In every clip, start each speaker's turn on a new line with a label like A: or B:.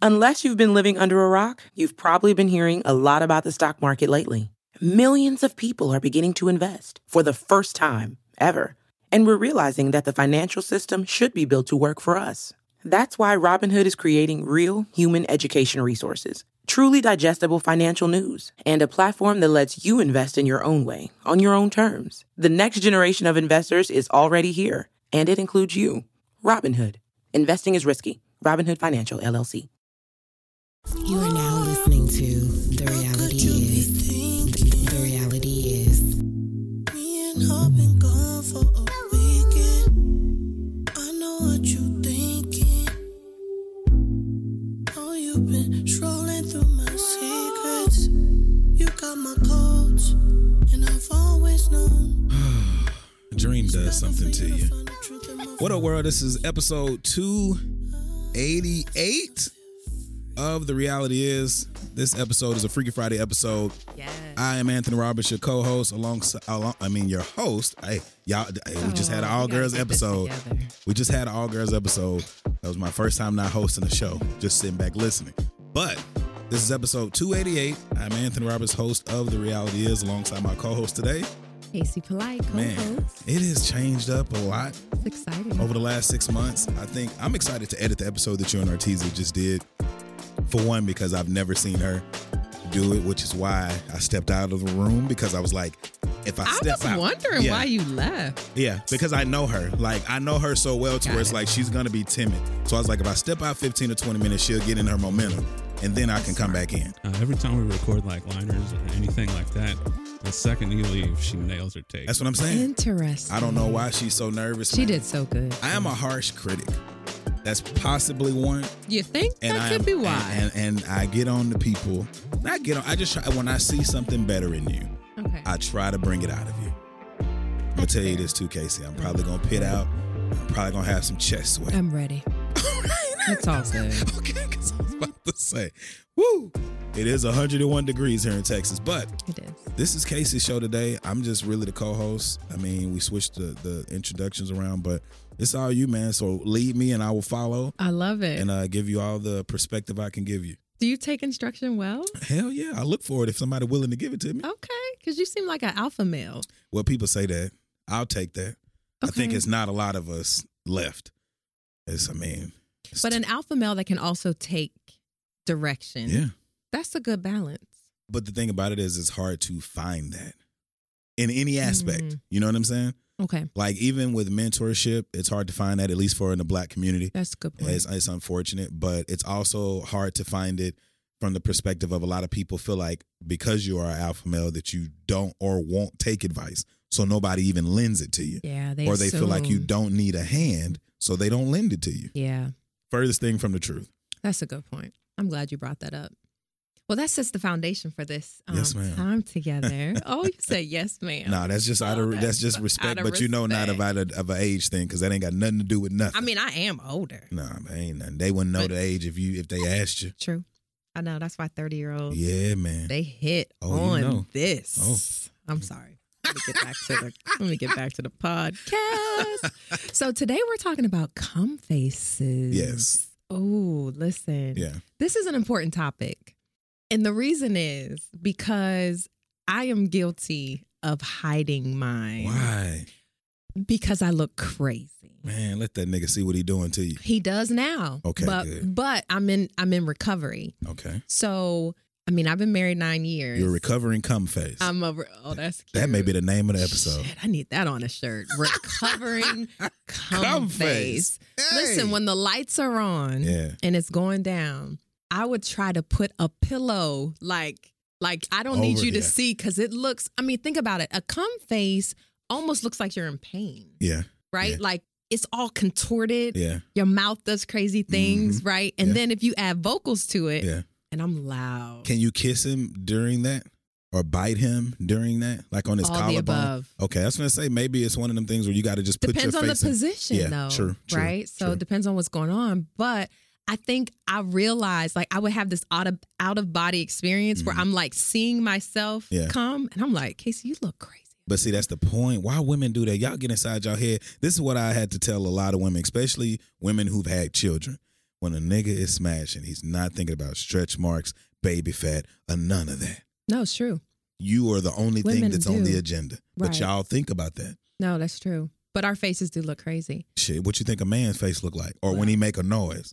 A: Unless you've been living under a rock, you've probably been hearing a lot about the stock market lately. Millions of people are beginning to invest for the first time ever. And we're realizing that the financial system should be built to work for us. That's why Robinhood is creating real human education resources, truly digestible financial news, and a platform that lets you invest in your own way, on your own terms. The next generation of investors is already here, and it includes you. Robinhood. Investing is risky. Robinhood Financial, LLC.
B: You are now listening to The Reality Is. The Reality Is. Oh,
C: A dream does something to you. What up, world? This is episode 288 of The Reality Is. This episode is a Freaky Friday episode.
D: Yes.
C: I am Anthony Roberts, your co-host, alongside along, I mean your host. Hey, y'all, hey, we just had an
D: Oh, we
C: all girls
D: gotta get this
C: episode.
D: together.
C: We just had an all girls episode. That was my first time not hosting the show, just sitting back listening. But this is episode 288. I'm Anthony Roberts, host of The Reality Is, alongside my co-host today.
D: Casey Polite,
C: Man, Oh,
D: co-host.
C: it has changed up a lot
D: It's exciting.
C: over the last six months. I think I'm excited to edit the episode that you and Arteezy just did. For one, because I've never seen her do it, which is why I stepped out of the room because I was like, if I,
D: I
C: step
D: was
C: out,
D: wondering
C: Yeah.
D: why you left.
C: Yeah, because I know her. Like I know her so well to
D: Got
C: where it's
D: it.
C: like she's gonna be timid. So I was like, if I step out 15 to 20 minutes, she'll get in her momentum, and then I can come back in.
E: Uh, every time we record like liners or anything like that, the second you leave, she nails her take.
C: That's what I'm saying.
D: Interesting.
C: I don't know why she's so nervous.
D: She did so good.
C: I am a harsh critic. That's possibly one.
D: You think
C: and
D: that
C: I
D: could
C: am-
D: be why?
C: And, and and I get on the people. I get on. I just try when I see something better in you,
D: okay.
C: I try to bring it out of you. I'm gonna tell you this too, Casey. I'm probably gonna pit out. I'm probably gonna have some chest sweat.
D: I'm ready. It's all good.
C: okay, because I was about to say, woo. It is 101 degrees here in Texas, but
D: It is.
C: this is Casey's show today. I'm just really the co-host. I mean, we switched the, the introductions around, but it's all you, man. So lead me, and I will follow,
D: I love it.
C: and uh, give you all the perspective I can give you.
D: Do you take instruction well?
C: Hell yeah, I look for it if somebody willing to give it to me.
D: Okay, because you seem like an alpha male.
C: Well, people say that. I'll take that. I think
D: Okay.
C: it's not a lot of us left. It's I mean, it's-
D: But an alpha male that can also take direction.
C: yeah.
D: That's a good balance.
C: But the thing about it is, it's hard to find that in any aspect.
D: Mm.
C: You know what I'm saying?
D: Okay.
C: Like even with mentorship, it's hard to find that at least for in the black community.
D: That's a good point.
C: It's, it's unfortunate, but it's also hard to find it from the perspective of a lot of people feel like because you are an alpha male that you don't or won't take advice, so nobody even lends it to you.
D: yeah. They
C: or they feel like you
D: assume-
C: don't need a hand, so they don't lend it to you.
D: Yeah.
C: Furthest thing from the truth.
D: That's a good point. I'm glad you brought that up. Well, that sets the foundation for this um,
C: Yes, ma'am.
D: time together. oh, you say yes, ma'am.
C: Nah, that's just out
D: Oh,
C: of
D: that's
C: that's just
D: out
C: respect,
D: of
C: but you know, not
D: respect.
C: about a, of an age thing because that ain't got nothing to do with nothing.
D: I mean, I am older.
C: nah, man, ain't nothing. They wouldn't know
D: But-
C: the age if you if they asked you.
D: True. I know. That's why 30 year olds,
C: Yeah, man.
D: they hit
C: Oh, you
D: on
C: know. Oh.
D: this. I'm sorry. Let me get back to the let me get back to the podcast. so today we're talking about cum faces.
C: Yes.
D: Oh, listen.
C: yeah,
D: This is an important topic. And the reason is because I am guilty of hiding mine
C: why,
D: because I look crazy.
C: man? Let that nigga see what he doing to you.
D: He does now.
C: Okay,
D: But
C: good.
D: but I'm in I'm in recovery.
C: Okay,
D: So I mean I've been married nine years.
C: you're a recovering cum face.
D: I'm a re- oh that's cute.
C: that may be the name of the episode.
D: Shit, I need that on a shirt. Recovering cum,
C: Cum
D: face.
C: face.
D: Listen,
C: Hey!
D: when the lights are on
C: Yeah.
D: and it's going down, I would try to put a pillow like like I don't need
C: Over
D: you to
C: here.
D: see because it looks. I mean, think about it. A cum face almost looks like you're in pain,
C: yeah,
D: right?
C: Yeah.
D: Like it's all contorted.
C: yeah, Mm-hmm.
D: Your mouth does crazy things, right? And
C: Yeah.
D: then if you add vocals to it,
C: yeah.
D: and I'm loud.
C: Can you kiss him during that or bite him during that, like on his
D: All the
C: collarbone?
D: above.
C: Okay, I was gonna say maybe it's one of them things where you got to just put
D: depends
C: your
D: on the
C: face. in.
D: position
C: Yeah,
D: though
C: true, true,
D: right so
C: true.
D: it depends on what's going on but i think i realized like i would have this out of out of body experience where i'm like seeing myself
C: Mm-hmm. Yeah.
D: come and i'm like casey you look crazy
C: But see, that's the point. Why women do that? Y'all get inside y'all head. This is what I had to tell a lot of women, especially women who've had children. When a nigga is smashing, he's not thinking about stretch marks, baby fat, or none of that.
D: No, it's true.
C: You are the only thing
D: Women
C: that's on the
D: do.
C: agenda. But
D: Right.
C: y'all think about that.
D: No, that's true. But our faces do look crazy.
C: Shit, what you think a man's face look like? Or when
D: Wow.
C: he make a noise?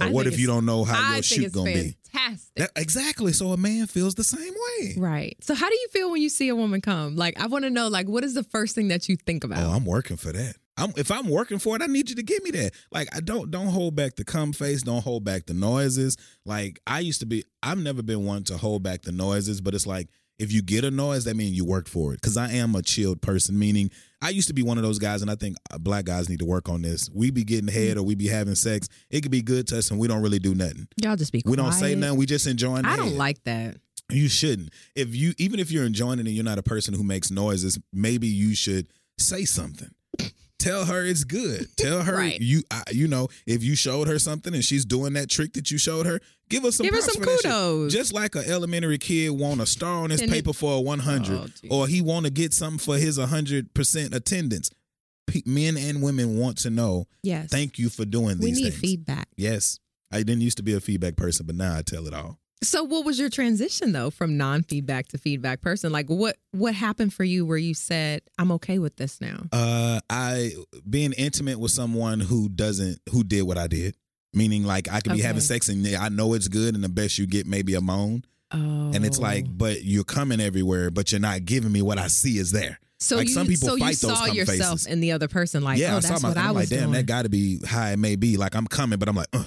C: Or
D: I
C: what
D: think
C: if you
D: it's-
C: don't know how
D: I
C: your
D: think
C: shoot
D: it's
C: gonna be?
D: fantastic.
C: That, exactly. So a man feels the same way.
D: Right. So how do you feel when you see a woman come? Like I want to know like what is the first thing that you think about?
C: Oh, I'm working for that. I'm, if I'm working for it, I need you to give me that. Like, I don't don't hold back the cum face. Don't hold back the noises. Like, I used to be. I've never been one to hold back the noises, but it's like if you get a noise, that means you worked for it. Because I am a chilled person. Meaning, I used to be one of those guys, and I think uh, black guys need to work on this. We be getting head or we be having sex. It could be good to us, and we don't really do nothing.
D: Y'all just be
C: We don't say
D: quiet.
C: nothing. We just enjoying. The
D: I don't
C: head.
D: like that.
C: You shouldn't. If you even if you're enjoying it and you're not a person who makes noises, maybe you should say something. Tell her it's good. Tell her
D: Right.
C: you I, you know if you showed her something and she's doing that trick that you showed her, give her some
D: Give her
C: props
D: some
C: for that shit.
D: kudos.
C: Just like an elementary kid want a star on his
D: And it-
C: paper for a 100
D: Oh, geez.
C: or he want to get something for his 100% attendance. P- men and women want to know,
D: Yes.
C: thank you for doing
D: we
C: these
D: need
C: things.
D: feedback.
C: Yes. I didn't used to be a feedback person, but now I tell it all.
D: So what was your transition though from non-feedback to feedback person? Like what what happened for you where you said I'm okay with this now?
C: Uh, I being intimate with someone who doesn't who did what I did. Meaning, like I could be
D: Okay.
C: having sex and I know it's good, and the best you get maybe a moan,
D: Oh.
C: and it's like, but you're coming everywhere, but you're not giving me what I see is there.
D: so
C: like,
D: you,
C: some people
D: so you
C: fight those
D: saw
C: cum
D: yourself
C: faces.
D: in the other person like,
C: yeah,
D: oh,
C: I
D: that's
C: saw my.
D: what
C: I'm
D: I was
C: like, damn,
D: doing.
C: that got to be how it may be. Like I'm coming, but I'm like, uh,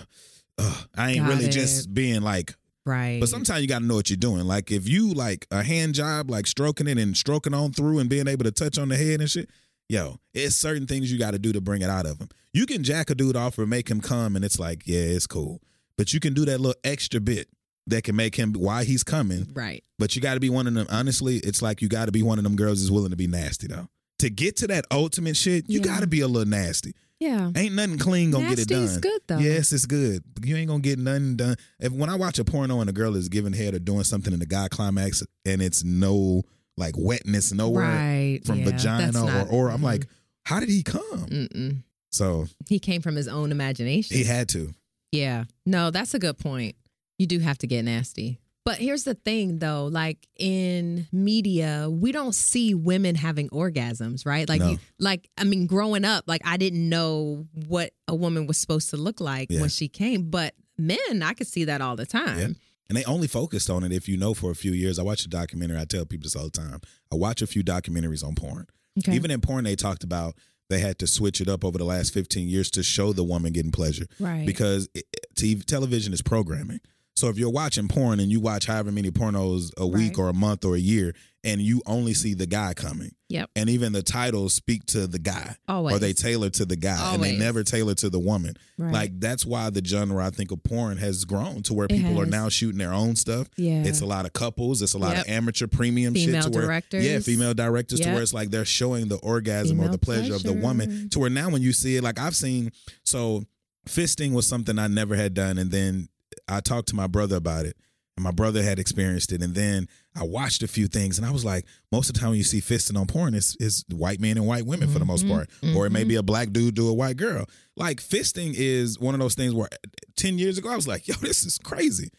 C: uh, I ain't
D: Got
C: really
D: it.
C: just being like.
D: right.
C: But sometimes you got to know what you're doing. Like if you like a hand job, like stroking it and stroking on through and being able to touch on the head and shit. Yo, it's certain things you got to do to bring it out of him. You can jack a dude off or make him come, and it's like, yeah, it's cool. But you can do that little extra bit that can make him why he's coming.
D: right.
C: But you got to be one of them. Honestly, it's like you got to be one of them girls that's willing to be nasty though. To get to that ultimate shit, you
D: Yeah.
C: got to be a little nasty.
D: Yeah.
C: Ain't nothing clean gonna get it done.
D: Nasty's good though.
C: Yes, it's good. But You ain't gonna get nothing done. If when I watch a porno and a girl is giving head or doing something and the guy climax and it's no like wetness nowhere
D: Right.
C: from
D: yeah, that's
C: vagina
D: not- Mm.
C: or or I'm like, how did he come?
D: Mm-mm.
C: So
D: He came from his own imagination.
C: he had to.
D: Yeah. No, that's a good point. You do have to get nasty. But here's the thing though, like in media, we don't see women having orgasms, right? Like
C: No.
D: you like I mean growing up, like I didn't know what a woman was supposed to look like
C: Yeah.
D: when she came, but men, I could see that all the time.
C: Yeah. And they only focused on it if you know for a few years. I watch a documentary. I tell people this all the time. I watch a few documentaries on porn.
D: Okay.
C: Even in porn, they talked about they had to switch it up over the last 15 years to show the woman getting pleasure.
D: right.
C: because it, TV, television is programming. So if you're watching porn and you watch however many pornos a week
D: Right.
C: or a month or a year, and you only see the guy coming,
D: Yep.
C: and even the titles speak to the guy,
D: Always.
C: or they tailor to the guy, and they
D: Always.
C: never tailor to the woman.
D: right.
C: Like that's why the genre I think of porn has grown to where
D: It
C: people are
D: has.
C: now shooting their own stuff.
D: yeah.
C: It's a lot of couples. It's a lot
D: Yep.
C: of amateur premium
D: female
C: shit to where
D: directors.
C: yeah, female directors to
D: Yep.
C: where it's like they're showing the orgasm or
D: Female
C: the pleasure, of the woman
D: pleasure.
C: to where now when you see it, like I've seen, so fisting was something I never had done. And then I talked to my brother about it and my brother had experienced it. And then I watched a few things and I was like, most of the time when you see fisting on porn, it's, it's white men and white women for the most
D: Mhm,
C: part, or it may
D: mhm.
C: be a black dude do a white girl. Like fisting is one of those things where 10 years ago, I was like, yo, this is crazy.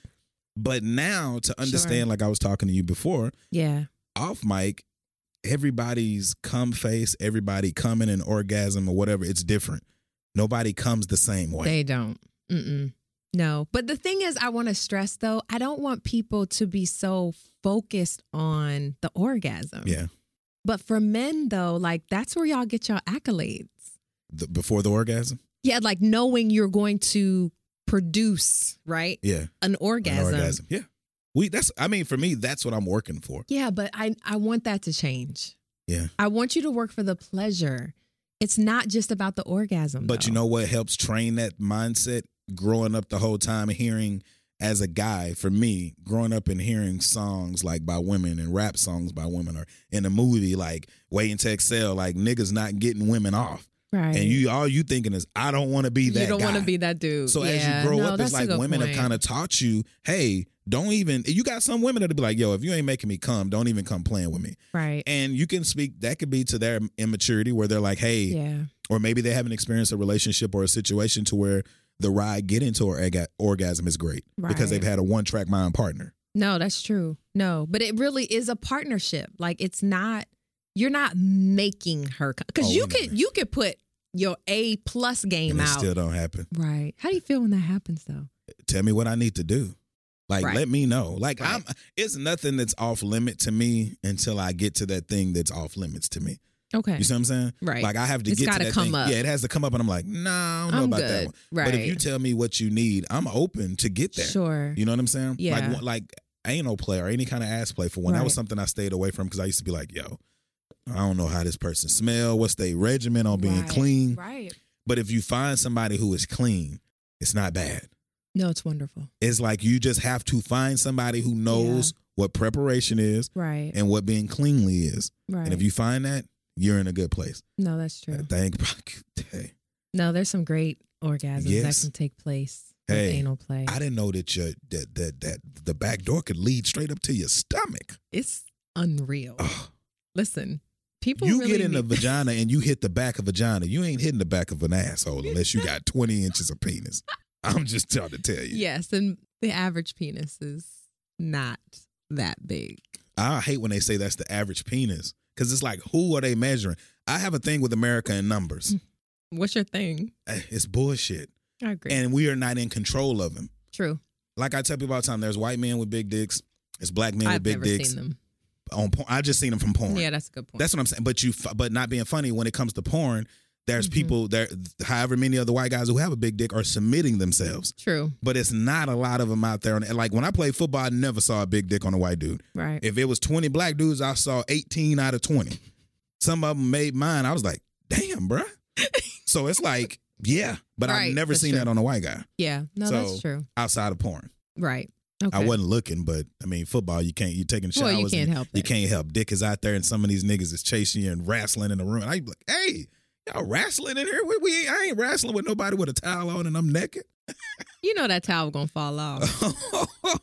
C: But now to understand, like I was talking to you before,
D: Yeah.
C: off mic, everybody's cum face, everybody coming an orgasm or whatever, it's different. Nobody comes the same way.
D: They don't. Mm-mm. No. But the thing is, I want to stress though, I don't want people to be so focused on the orgasm.
C: yeah.
D: But for men though, like that's where y'all get y'all accolades.
C: The, before the orgasm?
D: Yeah, like knowing you're going to produce, right?
C: Yeah. an
D: An orgasm.
C: Yeah. We that's I mean, for me, that's what I'm working for.
D: Yeah, but I I want that to change.
C: Yeah.
D: I want you to work for the pleasure. It's not just about the orgasm.
C: But you
D: though.
C: know what helps train that mindset growing up the whole time hearing as a guy for me growing up and hearing songs like by women and rap songs by women or in a movie like waiting to excel like niggas not getting women off
D: right.
C: and you all you thinking is I don't want to be that
D: you don't
C: guy.
D: want to be that dude.
C: So
D: Yeah.
C: as you grow
D: No,
C: up,
D: that's
C: it's
D: a
C: like
D: good
C: women have
D: point.
C: kind of taught you, hey, don't even. You got some women that'll be like, yo, if you ain't making me come, don't even come playing with me.
D: right.
C: And you can speak. That could be to their immaturity where they're like, hey,
D: yeah.
C: or maybe they haven't experienced a relationship or a situation to where the ride get into her orga- orgasm is great because
D: Right.
C: they've had a one track mind partner.
D: No, that's true. No, but it really is a partnership. Like it's not you're not making her because
C: Oh,
D: you
C: we know
D: could
C: that.
D: you could put your A plus game
C: and it
D: out.
C: still don't happen.
D: right. How do you feel when that happens though?
C: Tell me what I need to do. Like
D: Right.
C: let me know. Like
D: Right.
C: I'm it's nothing that's off limit to me until I get to that thing that's off limits to me.
D: Okay.
C: You see what I'm saying?
D: Right.
C: Like I have to
D: It's
C: get to
D: gotta
C: that
D: come
C: thing.
D: up.
C: Yeah, it has to come up and I'm like, nah, I don't know
D: I'm
C: about that
D: good.
C: one.
D: Right.
C: But if you tell me what you need, I'm open to get there.
D: sure.
C: You know what I'm saying?
D: Yeah.
C: Like, like anal play or any kind of ass play for one. That was
D: Right.
C: something I stayed away from because I used to be like, yo, I don't know how this person smell. What's their regimen on being
D: Right.
C: clean?
D: Right.
C: But if you find somebody who is clean, it's not bad.
D: No, it's wonderful.
C: It's like you just have to find somebody who knows what preparation is
D: Right.
C: and what being cleanly is.
D: right.
C: And if you find that, you're in a good place.
D: no, that's true.
C: That thing, hey,
D: No, there's some great orgasms
C: Yes.
D: that can take place with
C: Hey,
D: anal play.
C: I didn't know that your that that that the back door could lead straight up to your stomach.
D: it's unreal.
C: Ugh.
D: Listen, people
C: you
D: really
C: get in
D: need-
C: a vagina and you hit the back of vagina. You ain't hitting the back of an asshole unless you got 20 inches of penis. I'm just trying to tell you.
D: Yes, and the average penis is not that big.
C: I hate when they say that's the average penis because it's like, who are they measuring? I have a thing with America and numbers.
D: Mm. What's your thing?
C: Eh, it's bullshit.
D: I agree.
C: And we are not in control of them.
D: True.
C: Like I tell people all the time, there's white men with big dicks, it's black men
D: I've
C: with big
D: never
C: dicks.
D: seen them.
C: On porn. I just seen them from porn.
D: Yeah, that's a good point.
C: That's what I'm saying. But you, but not being funny when it comes to porn, there's
D: Mhm.
C: people there. However many other white guys who have a big dick are submitting themselves,
D: true.
C: but it's not a lot of them out there. And like when I played football, I never saw a big dick on a white dude.
D: Right.
C: If it was 20 black dudes, I saw 18 out of 20. Some of them made mine. I was like, damn, bruh. so it's like, yeah, but I've
D: Right,
C: never
D: that's
C: seen
D: true.
C: that on a white guy
D: yeah. No,
C: so-
D: that's true.
C: outside of porn.
D: Right. Okay.
C: I wasn't looking, but I mean, football, you can't, you taking showers.
D: Well, you
C: and
D: can't help
C: You
D: it.
C: can't help. Dick is out there, and some of these niggas is chasing you and wrestling in the room. And I be like, hey, y'all wrestling in here? We, we ain't, I ain't wrestling with nobody with a towel on and I'm naked.
D: You know that towel gonna fall off.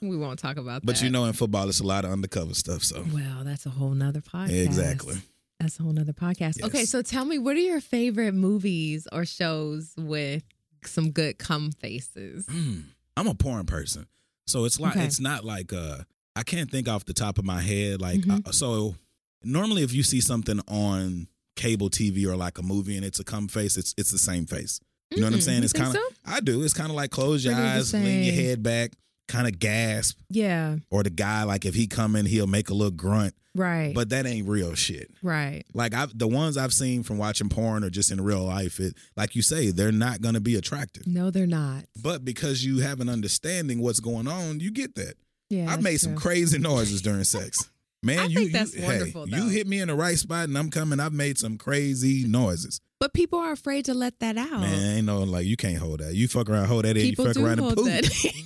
D: we won't talk about that.
C: but you know, in football, it's a lot of undercover stuff. So
D: Well, that's a whole nother podcast.
C: Exactly.
D: That's a whole nother podcast. Okay,
C: Yes.
D: so tell me, what are your favorite movies or shows with some good cum faces?
C: Mm, I'm a porn person, so it's like
D: Okay.
C: it's not like uh I can't think off the top of my head. Like
D: Mhm.
C: uh, so, normally if you see something on cable TV or like a movie and it's a cum face, it's it's the same face. You know what I'm
D: Mm,
C: saying?
D: you
C: it's
D: think
C: kind of
D: so?
C: I do. It's kind of like close your
D: Pretty the
C: eyes, lean your
D: same.
C: head back, kind of gasp,
D: Yeah.
C: or the guy like if he come in, he'll make a little grunt,
D: Right.
C: but that ain't real shit.
D: right.
C: Like I've the ones I've seen from watching porn or just in real life, it like you say, they're not gonna be attractive.
D: No, they're not.
C: But because you have an understanding what's going on, you get that.
D: Yeah.
C: I've
D: that's
C: made some
D: true.
C: crazy noises during sex. Man,
D: I
C: you,
D: think
C: you-
D: that's
C: hey,
D: wonderful,
C: you
D: though.
C: hit me in the right spot and I'm coming. I've made some crazy noises.
D: But people are afraid to let that out.
C: Man, ain't no like you can't hold that. You fuck around, hold that in, you
D: Oh. People
C: fuck
D: do
C: around and
D: hold
C: poot.
D: that.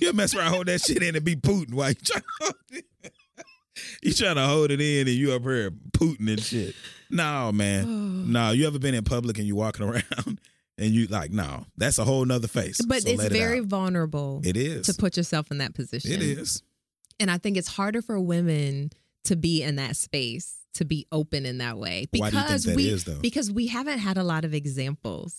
C: you mess around, hold that shit in and be pooting while you trying to hold it. you trying to hold it in and you up here pooting and shit. No, man.
D: Oh.
C: No, you ever been in public and you walking around and you like, no, that's a whole nother face.
D: But
C: So
D: it's
C: let it
D: very
C: out.
D: vulnerable
C: it is.
D: to put yourself in that position.
C: It is.
D: And I think it's harder for women to be in that space, to be open in that way.
C: Why
D: Because
C: do you think that
D: we
C: is, though?
D: because we haven't had a lot of examples,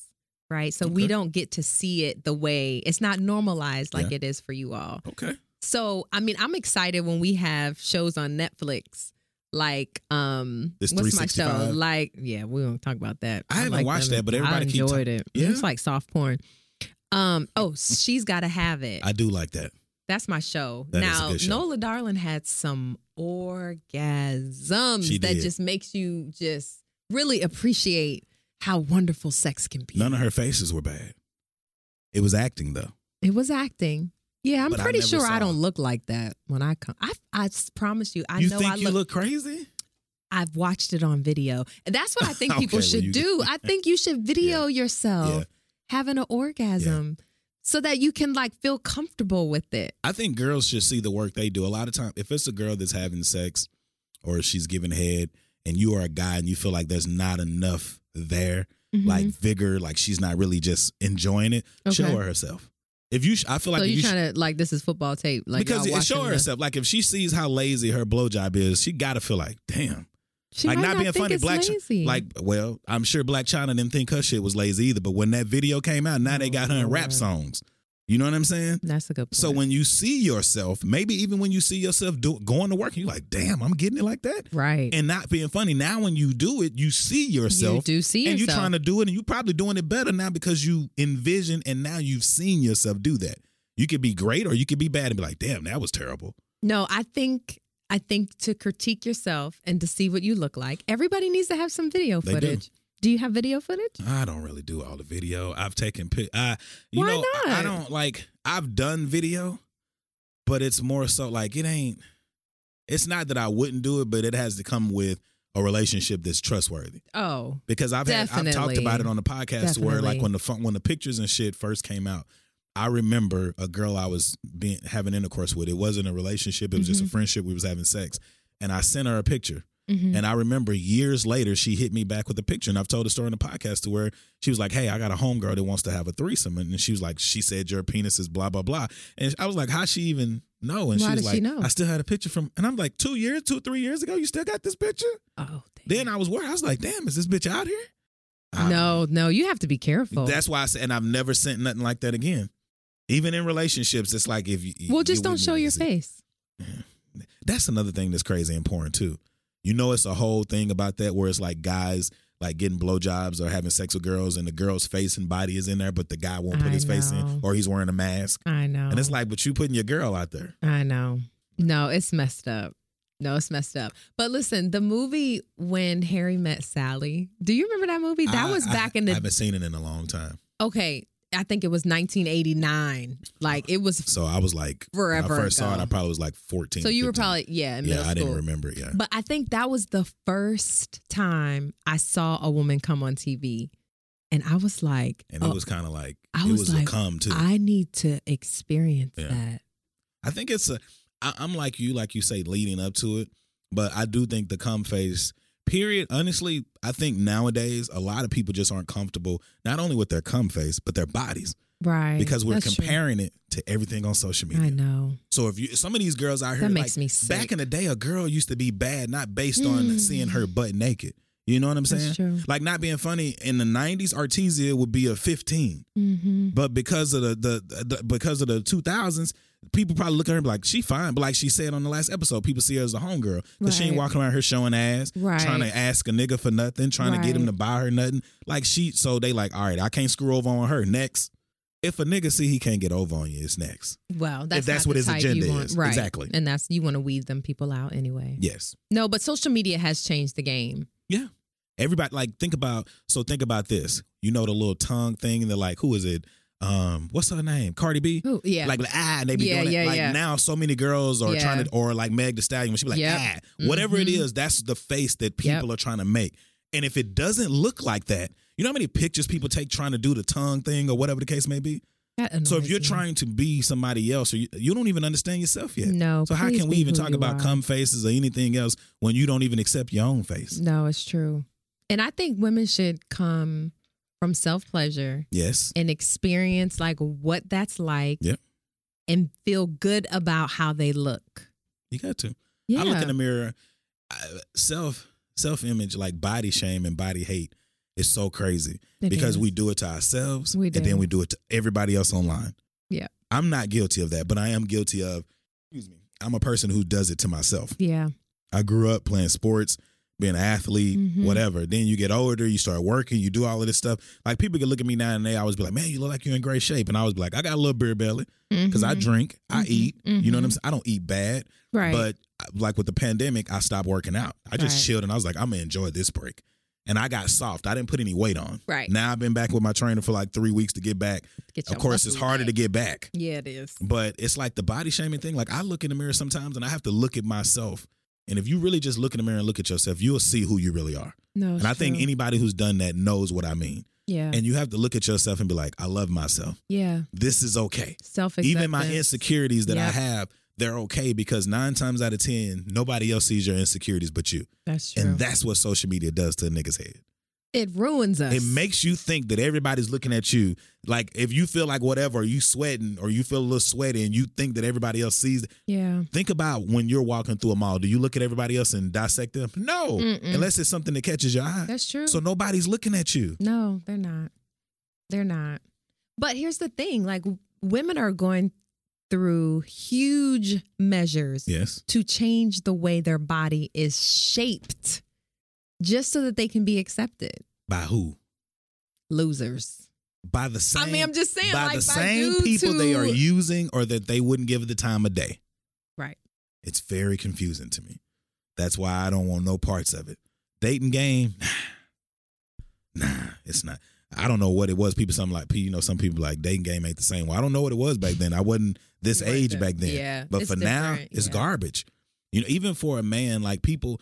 D: right? So we
C: Okay.
D: don't get to see it the way it's not normalized like
C: Yeah.
D: it is for you all.
C: Okay.
D: So I mean, I'm excited when we have shows on Netflix like um
C: This
D: what's my show?
C: 365?
D: Like yeah, we won't talk about that.
C: I haven't
D: like
C: watched that, but everybody
D: I
C: keep
D: enjoyed it.
C: Yeah.
D: It's like soft porn. Um oh, she's got to have it.
C: I do like that.
D: That's my show.
C: That is a
D: now,
C: good show.
D: Nola Darling had some orgasms
C: She
D: that
C: did.
D: just makes you just really appreciate how wonderful sex can be.
C: None of her faces were bad. It was acting though.
D: It was acting. Yeah, I'm
C: But I
D: pretty
C: never
D: sure
C: saw
D: I don't
C: it.
D: look like that when I come. I, I s- promise you, I
C: you
D: know
C: think
D: I
C: you look crazy?
D: I've watched it on video. And That's what I think
C: Okay,
D: people
C: well,
D: should
C: you-
D: do. I think you should video yourself
C: Yeah.
D: having an orgasm so that you can like feel comfortable with it.
C: I think girls should see the work they do. A lot of time, if it's a girl that's having sex or she's giving head, and you are a guy and you feel like there's not enough there,
D: Mm-hmm.
C: like vigor, like she's not really just enjoying it, show
D: Okay.
C: her herself. If you, sh- I feel like
D: so
C: if
D: you
C: you sh-
D: trying to like this is football tape like
C: because
D: y'all
C: it, show
D: watching
C: her
D: the-
C: herself. Like if she sees how lazy her blowjob is, she gotta feel like, damn.
D: She
C: like
D: might
C: not being
D: think
C: funny,
D: it's
C: Black Chi-
D: lazy.
C: like well, I'm sure Black China didn't think her shit was lazy either. But when that video came out, now they
D: Oh,
C: got her in rap
D: Lord.
C: songs. You know what I'm saying?
D: That's a good point.
C: So when you see yourself, maybe even when you see yourself do, going to work, you're like, damn, I'm getting it like that.
D: right,
C: And not being funny. Now when you do it, you see
D: you
C: yourself.
D: do see
C: and
D: yourself.
C: you're trying to do it, and you're probably doing it better now because you envision and now you've seen yourself do that. You could be great or you could be bad and be like, damn, that was terrible.
D: No, I think I think to critique yourself and to see what you look like, everybody needs to have some video
C: They do.
D: footage. Do. you have video footage?
C: I don't really do all the video. I've taken pic. I, you
D: Why
C: know, I- I
D: not?
C: don't like. I've done video, but it's more so like it ain't. It's not that I wouldn't do it, but it has to come with a relationship that's trustworthy.
D: Oh,
C: Because I've had, I've talked
D: Definitely.
C: about it on the podcast where like
D: Definitely.
C: when the fun, when the pictures and shit first came out, I remember a girl I was being having intercourse with. It wasn't a relationship. It was
D: Mm-hmm.
C: just a friendship. We was having sex, and I sent her a picture.
D: mhm.
C: And I remember years later, she hit me back with a picture. And I've told a story in the podcast to where she was like, Hey, I got a homegirl that wants to have a threesome. And she was like, She said your penis is blah, blah, blah. And I was like, How she even know? And
D: Why
C: she was
D: did
C: like,
D: she know?
C: I still had a picture from, and I'm like, Two years, two, three years ago, you still got this picture?
D: oh.
C: Then I was worried. I was like, Damn, is this bitch out here? I-
D: no, no, you have to be careful.
C: Um, That's why I said, and I've never sent nothing like that again. Even in relationships, it's like if you.
D: well,
C: you
D: just don't
C: wouldn't
D: show your
C: use it.
D: face.
C: that's another thing that's crazy important too. You know, it's a whole thing about that where it's like guys like getting blowjobs or having sex with girls, and the girl's face and body is in there, but the guy won't put
D: I
C: his face in,
D: know.
C: or he's wearing a mask,
D: I know.
C: and it's like, but you putting your girl out there.
D: I know. No, it's messed up. No, it's messed up. But listen, the movie when Harry met Sally. Do you remember that movie? That
C: I-
D: was
C: I-
D: back in
C: I
D: the
C: haven't seen it in a long time,
D: okay. I think it was 1989. Like it was
C: so I was like,
D: forever.
C: when I first saw it,
D: ago.
C: I probably was like fourteen.
D: so you were
C: 15.
D: probably yeah. In
C: yeah,
D: middle
C: I didn't
D: school.
C: remember it. Yeah,
D: But I think that was the first time I saw a woman come on TV. And I was like,
C: and
D: oh,
C: it was kind of like
D: I
C: it
D: was
C: was
D: like,
C: a come too.
D: I need to experience
C: Yeah.
D: that.
C: I think it's a. I, I'm like you, like you say, leading up to it, but I do think the cum phase. Period. Honestly, I think nowadays a lot of people just aren't comfortable not only with their cum face but their bodies
D: Right.
C: because we're
D: That's true.
C: comparing it to everything on social media.
D: I know.
C: So if you some of these girls out here,
D: That makes
C: like,
D: me sick.
C: back in the day, a girl used to be bad not based on
D: Mm.
C: seeing her butt naked. You know what I'm saying?
D: That's true.
C: Like not being funny in the '90s, Artesia would be a 15.
D: Mm-hmm.
C: But because of the, the, the because of the two thousands, people probably look at her and be like, she fine. But like she said on the last episode, people see her as a homegirl. Because she ain't
D: Right.
C: walking around here showing ass,
D: Right.
C: trying to ask a nigga for nothing, trying to get him
D: Right.
C: to buy her nothing. Like she so they like, all right, I can't screw over on her. Next. If a nigga see he can't get over on you, it's next.
D: Well, that's,
C: that's
D: not
C: what
D: the
C: his
D: type
C: agenda
D: you want.
C: is.
D: Right.
C: Exactly.
D: And that's, you want to weed them people out anyway.
C: Yes.
D: No, but social media has changed the game.
C: Everybody like think about so think about this. You know the little tongue thing and they're like, who is it? Um, what's her name? Cardi B?
D: Ooh, yeah.
C: Like like, ah, and they be
D: Yeah,
C: doing it.
D: yeah,
C: like
D: yeah.
C: now, so many girls are
D: Yeah.
C: trying to, or like Meg The Stallion, when she be like,
D: Yep.
C: ah, whatever it
D: Mhm.
C: is, that's the face that people are trying to make. And if it doesn't look like that, you know how many pictures people take trying to do the tongue thing or whatever the case may be.
D: That
C: So if
D: annoys
C: you're
D: me.
C: trying to be somebody else, or you, you don't even understand yourself yet.
D: no.
C: So how
D: please
C: can we
D: be
C: even
D: who
C: talk
D: you
C: about
D: are.
C: cum faces or anything else when you don't even accept your own face?
D: No, it's true. And I think women should come from self pleasure
C: Yes,
D: and experience like what that's like
C: Yep.
D: and feel good about how they look.
C: you got to.
D: Yeah.
C: I look in the mirror. I- Self self image like body shame and body hate is so crazy.
D: It
C: because
D: is.
C: we do it to ourselves
D: We
C: and
D: do.
C: then we do it to everybody else online.
D: Yeah.
C: I'm not guilty of that, but I am guilty of excuse me. I'm a person who does it to myself.
D: Yeah.
C: I grew up playing sports, being an athlete,
D: Mhm.
C: whatever. Then you get older, you start working, you do all of this stuff. Like people can look at me now and they always be like, "Man, you look like you're in great shape." And I was like, "I got a little beer belly because I
D: Mhm.
C: drink, I
D: Mhm.
C: eat. You know what I'm
D: Mhm.
C: saying? I don't eat bad,
D: Right.
C: but uh, like with the pandemic, I stopped working out. I just
D: Right.
C: chilled and I was like, I'm gonna enjoy this break. And I got soft. I didn't put any weight on.
D: Right.
C: Now I've been back with my trainer for like three weeks to get back.
D: Get
C: of
D: your
C: course, it's
D: muscle
C: harder to
D: back.
C: get back,
D: Yeah, it is.
C: but it's like the body shaming thing. Like I look in the mirror sometimes and I have to look at myself. And if you really just look in the mirror and look at yourself, you'll see who you really are.
D: No.
C: and I think anybody who's done that knows what I mean.
D: Yeah.
C: And you have to look at yourself and be like, I love myself.
D: yeah.
C: This is okay.
D: Self
C: Even my insecurities that I
D: Yep.
C: have, they're okay because nine times out of 10, nobody else sees your insecurities but you.
D: That's true.
C: And that's what social media does to a nigga's head.
D: it ruins us.
C: It makes you think that everybody's looking at you. Like if you feel like whatever, or you sweating, or you feel a little sweaty, and you think that everybody else sees. it.
D: Yeah.
C: Think about when you're walking through a mall. Do you look at everybody else and dissect them? No,
D: Mm-mm.
C: unless it's something that catches your eye.
D: That's true.
C: So nobody's looking at you.
D: No, they're not. They're not. But here's the thing like, women are going through huge measures
C: Yes.
D: to change the way their body is shaped just so that they can be accepted.
C: By who?
D: Losers.
C: By the same.
D: I mean, I'm just saying,
C: by
D: like,
C: the
D: by
C: same
D: dudes
C: people they are
D: who-
C: using, or that they wouldn't give the time of day.
D: Right.
C: It's very confusing to me. That's why I don't want no parts of it. Dating game, nah, it's not. I don't know what it was. People, something like, you know, some people like dating game ain't the same. Well, I don't know what it was back then. I wasn't this
D: You weren't
C: age
D: the-
C: back then.
D: yeah,
C: But
D: it's
C: for now,
D: different,
C: it's
D: yeah.
C: garbage. You know, even for a man, like people,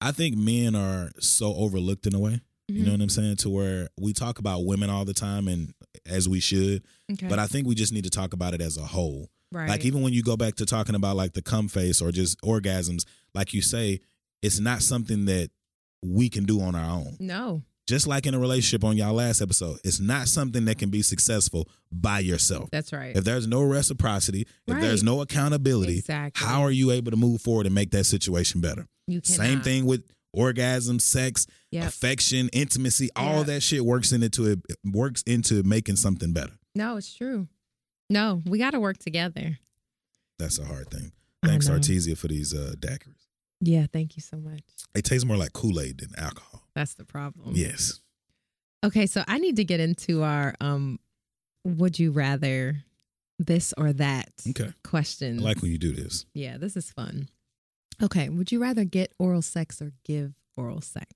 C: I think men are so overlooked in a way.
D: Mm-hmm.
C: You know what I'm saying? To where we talk about women all the time and as we should,
D: Okay.
C: but I think we just need to talk about it as a whole.
D: right.
C: Like even when you go back to talking about like the cum face or just orgasms, like you say, it's not something that we can do on our own.
D: no.
C: Just like in a relationship on y'all last episode, it's not something that can be successful by yourself.
D: That's right.
C: If there's no reciprocity, if there's
D: Right.
C: no accountability,
D: Exactly.
C: how are you able to move forward and make that situation better?
D: you
C: Same
D: cannot.
C: thing with orgasm, sex,
D: Yep.
C: affection, intimacy, all
D: Yep.
C: that shit works into it works into making something better.
D: No, it's true. No, we got to work together.
C: That's a hard thing.
D: I
C: Thanks,
D: know.
C: Artesia, for these uh, daiquiris.
D: Yeah, thank you so much.
C: It tastes more like Kool Aid than alcohol.
D: That's the problem.
C: Yes.
D: Okay, so I need to get into our um would you rather this or that
C: Okay. I
D: question.
C: like when you do this.
D: yeah, this is fun. Okay, would you rather get oral sex or give oral sex?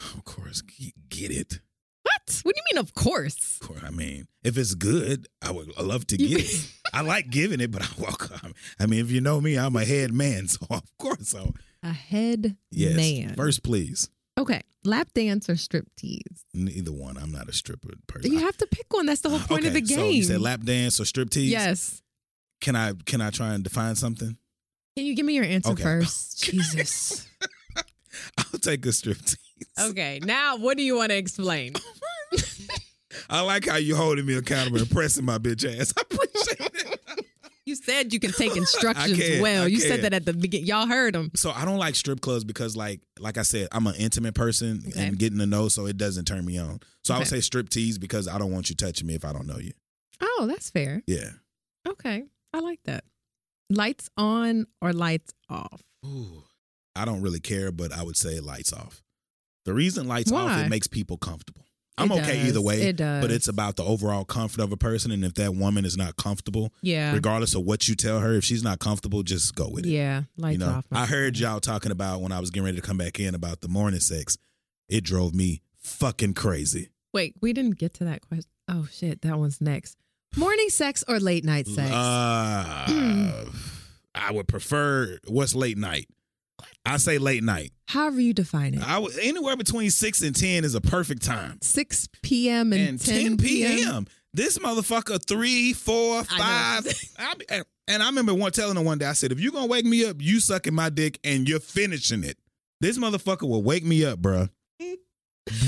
C: Of course, g- get it.
D: What? What do you mean of course?
C: Of course, I mean, if it's good, I would I love to
D: You-
C: get it. I like giving it, but I walk. I mean, if you know me, I'm a head man, so of course, so
D: A head
C: yes.
D: man.
C: First, please.
D: Okay, lap dance or striptease?
C: Neither one. I'm not a stripper person. Ah,
D: You have to pick one. That's the whole point of the
C: Okay,
D: game.
C: So you said lap dance or striptease.
D: yes.
C: Can I can I try and define something?
D: Can you give me your answer
C: Okay. Oh,
D: first? Jesus.
C: I'll take a striptease.
D: Okay, now what do you want to explain?
C: I like how you holding me accountable and pressing my bitch ass. I appreciate it.
D: You said you can take instructions
C: I can,
D: well.
C: I
D: you said
C: can.
D: that at the beginning. Y'all heard him.
C: So I don't like strip clubs because like like I said, I'm an intimate person
D: Okay.
C: and getting to know, so it doesn't turn me on. So I would
D: Okay.
C: say strip tease because I don't want you touching me if I don't know you.
D: Oh, that's fair.
C: Yeah.
D: Okay, I like that. Lights on or lights off?
C: Ooh. I don't really care, but I would say lights off. The reason lights off
D: Why?
C: it makes people comfortable. I'm
D: It
C: okay
D: does.
C: either way,
D: It does.
C: but it's about the overall comfort of a person. And if that woman is not comfortable,
D: yeah,
C: regardless of what you tell her, if she's not comfortable, just go with it.
D: yeah. Lights
C: you know,
D: off. my
C: I heard
D: friend.
C: y'all talking about when I was getting ready to come back in about the morning sex. It drove me fucking crazy.
D: Wait, we didn't get to that question. Oh shit, that one's next. Morning sex or late night sex?
C: Uh, I would prefer what's late night. I say late night.
D: However you define it.
C: I would, anywhere between six and ten is a perfect time.
D: 6 p.m. and,
C: And, 10 p.m. This motherfucker three, four,
D: I
C: five.
D: know.
C: I be- and- and I remember one telling her one day, I said, if you're gonna wake me up, you sucking my dick and you're finishing it. This motherfucker will wake me up, bruh.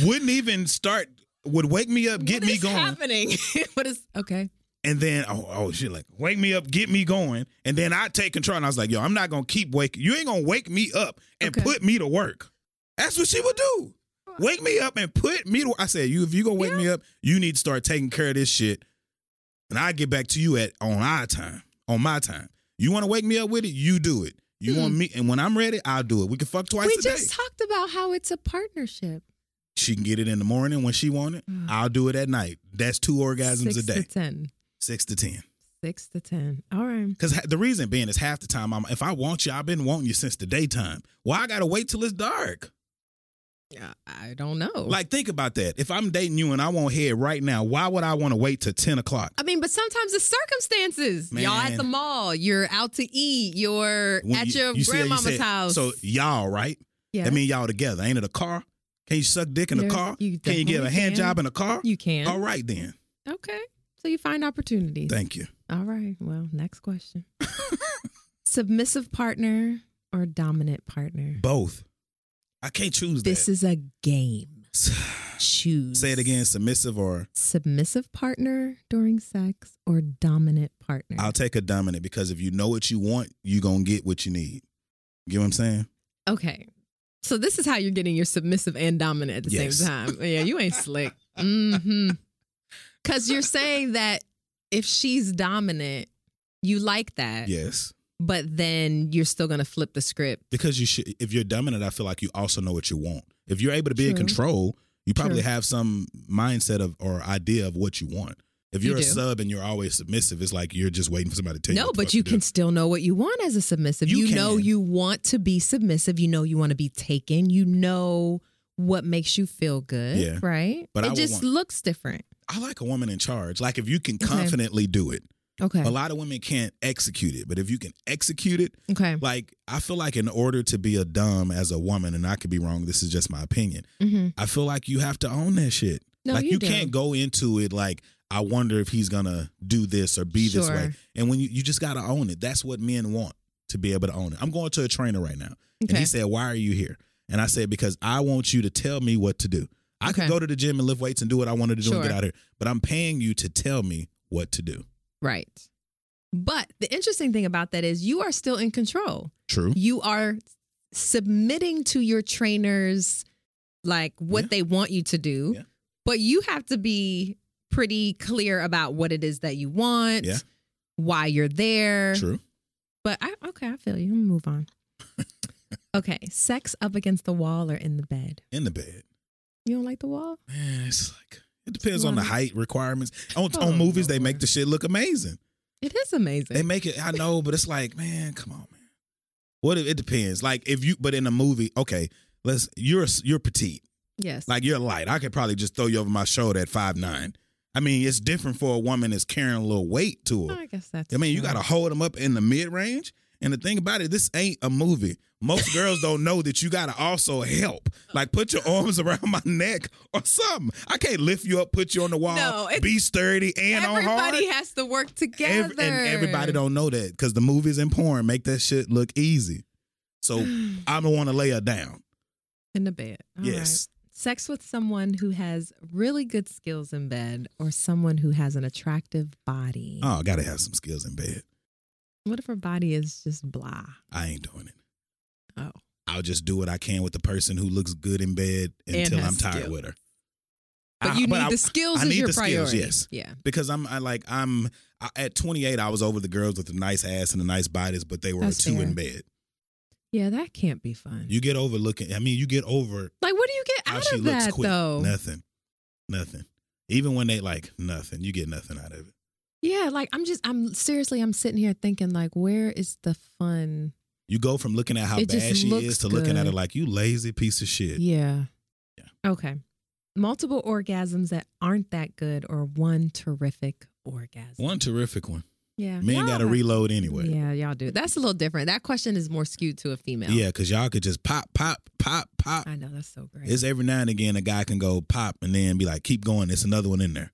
C: Wouldn't even start, would wake me up, get
D: What
C: me
D: is
C: going.
D: happening? what is okay?
C: And then, oh, oh shit, like, wake me up, get me going. And then I take control and I was like, yo, I'm not gonna keep waking. You ain't gonna wake me up and
D: Okay.
C: put me to work. That's what she would do. Wake me up and put me to I said, you if you gonna wake me up, you need to start taking care of this shit. And I get back to you at on our time, on my time. You wanna wake me up with it, you do it. You want me and when I'm ready, I'll do it. We can fuck twice
D: Hmm. we
C: a
D: just
C: day.
D: talked about how it's a partnership.
C: She can get it in the morning when she want it.
D: Mm.
C: I'll do it at night. That's two orgasms
D: Six
C: a day.
D: to ten.
C: Six to ten.
D: Six to ten. All right.
C: Because the reason being is half the time, I'm if I want you, I've been wanting you since the daytime. Why I gotta wait till it's dark?
D: Yeah, I don't know.
C: Like, think about that. If I'm dating you and I want head right now, why would I want to wait till ten o'clock?
D: I mean, but sometimes it's circumstances. Y'all at
C: Man.
D: the mall. You're out to eat. You're
C: When
D: at
C: you-
D: your
C: you see how you
D: grandmama's
C: said-
D: house.
C: So y'all, right?
D: yeah,
C: That mean y'all together. Ain't it a car? Can you suck dick in a
D: There's-
C: car?
D: you
C: can you give a
D: definitely
C: hand
D: can.
C: job in a car?
D: you can.
C: All right then.
D: Okay. So you find opportunities.
C: Thank you.
D: All right. Well, next question. Submissive partner or dominant partner?
C: Both. I can't choose
D: This
C: that.
D: is a game. Choose.
C: Say it again. Submissive or
D: Submissive partner during sex or dominant partner?
C: I'll take a dominant because if you know what you want, you gonna get what you need. You know what I'm saying?
D: Okay. So this is how you're getting your submissive and dominant at the
C: Yes.
D: same time. Yeah, you ain't slick. Mm-hmm. Cause you're saying that if she's dominant, you like that.
C: Yes.
D: But then you're still gonna flip the script.
C: Because you should if you're dominant, I feel like you also know what you want. If you're able to be in
D: True.
C: control, you probably
D: True.
C: have some mindset of or idea of what you want. If
D: You
C: you're a
D: do.
C: sub and you're always submissive, it's like you're just waiting for somebody to tell you.
D: no,
C: what the
D: but
C: fuck
D: you
C: to
D: can
C: do.
D: still know what you want as a submissive.
C: You
D: You, know
C: can.
D: you want to be submissive. You know you want to be taken. You know what makes you feel good.
C: Yeah.
D: Right.
C: But I
D: it
C: would
D: just
C: want-
D: looks different.
C: I like a woman in charge. Like if you can
D: Okay.
C: confidently do it.
D: Okay.
C: A lot of women can't execute it, but if you can execute it,
D: okay.
C: like I feel like in order to be a dumb as a woman, and I could be wrong, this is just my opinion.
D: hmm
C: I feel like you have to own that shit.
D: No,
C: like
D: you,
C: you,
D: do.
C: can't go into it like I wonder if he's gonna do this or be this way.
D: Sure.
C: And when you you just gotta own it. That's what men want to be able to own it. I'm going to a trainer right now, and
D: Okay.
C: he said, "Why are you here?" And I said, "Because I want you to tell me what to do. I
D: Okay.
C: could go to the gym and lift weights and do what I wanted to do and
D: Sure.
C: get out of here, but I'm paying you to tell me what to do."
D: Right. But the interesting thing about that is you are still in control.
C: True.
D: You are submitting to your trainers like what
C: Yeah.
D: they want you to do.
C: Yeah.
D: But you have to be pretty clear about what it is that you want,
C: Yeah.
D: why you're there.
C: True.
D: But I okay, I feel you. I'm gonna Move on. okay. Sex up against the wall or in the bed.
C: In the bed.
D: You don't like the wall?
C: Man, it's like it depends on the
D: Wow.
C: height requirements. On,
D: Oh,
C: on movies, they
D: Lord.
C: make the shit look amazing.
D: It is amazing.
C: They make it. I know, but it's like, man, come on, man. What if it depends? Like if you, but in a movie, okay, let's. You're a- you're petite.
D: yes.
C: Like you're light. I could probably just throw you over my shoulder at five nine. I mean, it's different for a woman that's carrying a little weight to her.
D: I guess that's
C: I mean, you
D: true.
C: gotta hold them up in the mid range. And the thing about it, this ain't a movie. Most girls don't know that you gotta also help. Like put your arms around my neck or something. I can't lift you up, put you on the wall,
D: No, it's-
C: be sturdy and on hard.
D: Everybody has to work together.
C: Ev- and everybody don't know that because the movies and porn make that shit look easy. So I'm gonna want to lay her down.
D: in the bed. All right.
C: yes,
D: Sex with someone who has really good skills in bed or someone who has an attractive body.
C: oh, gotta have some skills in bed.
D: What if her body is just blah?
C: I ain't doing it.
D: Oh.
C: I'll just do what I can with the person who looks good in bed
D: And
C: until
D: has
C: I'm tired
D: skill.
C: with her.
D: But
C: I-
D: you need
C: I-
D: the skills
C: Ah, I
D: as
C: need
D: your
C: the skills,
D: priority.
C: yes.
D: Yeah.
C: because I'm I like I'm I, at 28. I was over the girls with the nice ass and the nice bodies, but they were
D: That's
C: a two in
D: fair.
C: bed.
D: Yeah, that can't be fun.
C: You get over looking. I mean, you get over
D: like what do you get
C: how
D: out
C: she
D: of
C: looks
D: that
C: quick.
D: though?
C: Nothing, nothing. Even when they like nothing, you get nothing out of it.
D: Yeah, like I'm just I'm seriously I'm sitting here thinking like where is the fun?
C: You go from looking at how
D: It
C: bad
D: just
C: she
D: looks
C: is to looking at her
D: good.
C: like you lazy piece of shit.
D: Yeah.
C: Yeah.
D: Okay. Multiple orgasms that aren't that good or one terrific orgasm.
C: One terrific one.
D: Yeah.
C: Men
D: Y'all
C: got to
D: have-
C: reload anyway.
D: Yeah, y'all do. That's a little different. That question is more skewed to a female.
C: Yeah, because y'all could just pop, pop, pop, pop.
D: I know that's so great.
C: It's every now and again a guy can go pop and then be like, keep going. It's another one in there.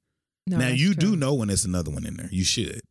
D: No,
C: now
D: that's
C: you
D: true.
C: do know when it's another one in there. You should.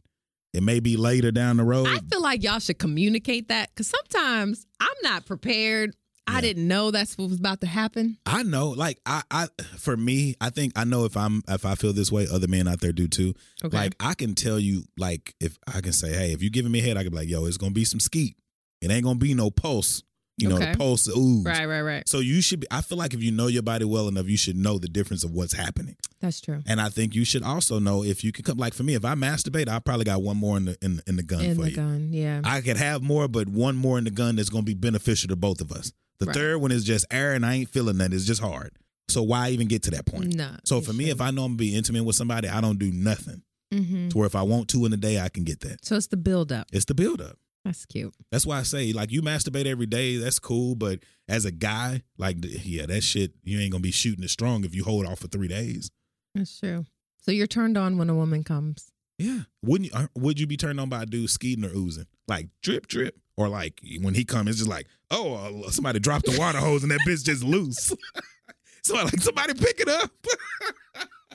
C: It may be later down the road.
D: I feel like y'all should communicate that because sometimes I'm not prepared.
C: Yeah.
D: I didn't know that's what was about to happen.
C: I know, like I, I, for me, I think I know if I'm if I feel this way, other men out there do too.
D: Okay.
C: Like I can tell you, like if I can say, hey, if you're giving me head, I can be like, yo, it's gonna be some skeet. It ain't gonna be no pulse. You know,
D: Okay.
C: the pulse ooh.
D: right, right, right.
C: So you should be. I feel like if you know your body well enough, you should know the difference of what's happening.
D: That's true.
C: And I think you should also know if you can come. Like for me, if I masturbate, I probably got one more in the in, in the gun
D: In
C: for
D: the
C: you.
D: gun, yeah.
C: I could have more, but one more in the gun that's going to be beneficial to both of us. The
D: Right.
C: third one is just air, and I ain't feeling that. It's just hard. So why even get to that point?
D: No.
C: So for me, if I know I'm gonna be intimate with somebody, I don't do nothing.
D: hmm
C: To where if I want to in the day, I can get that.
D: so it's the buildup.
C: It's the buildup.
D: That's cute.
C: That's why I say like you masturbate every day. That's cool, but as a guy, like th- yeah, that shit you ain't gonna be shooting as strong if you hold off for three days.
D: That's true. So you're turned on when a woman comes.
C: Yeah, wouldn't you? uh, Would you be turned on by a dude skeeting or oozing like drip drip or like when he comes, it's just like oh uh, somebody dropped the water hose and that bitch just loose. so like somebody pick it up.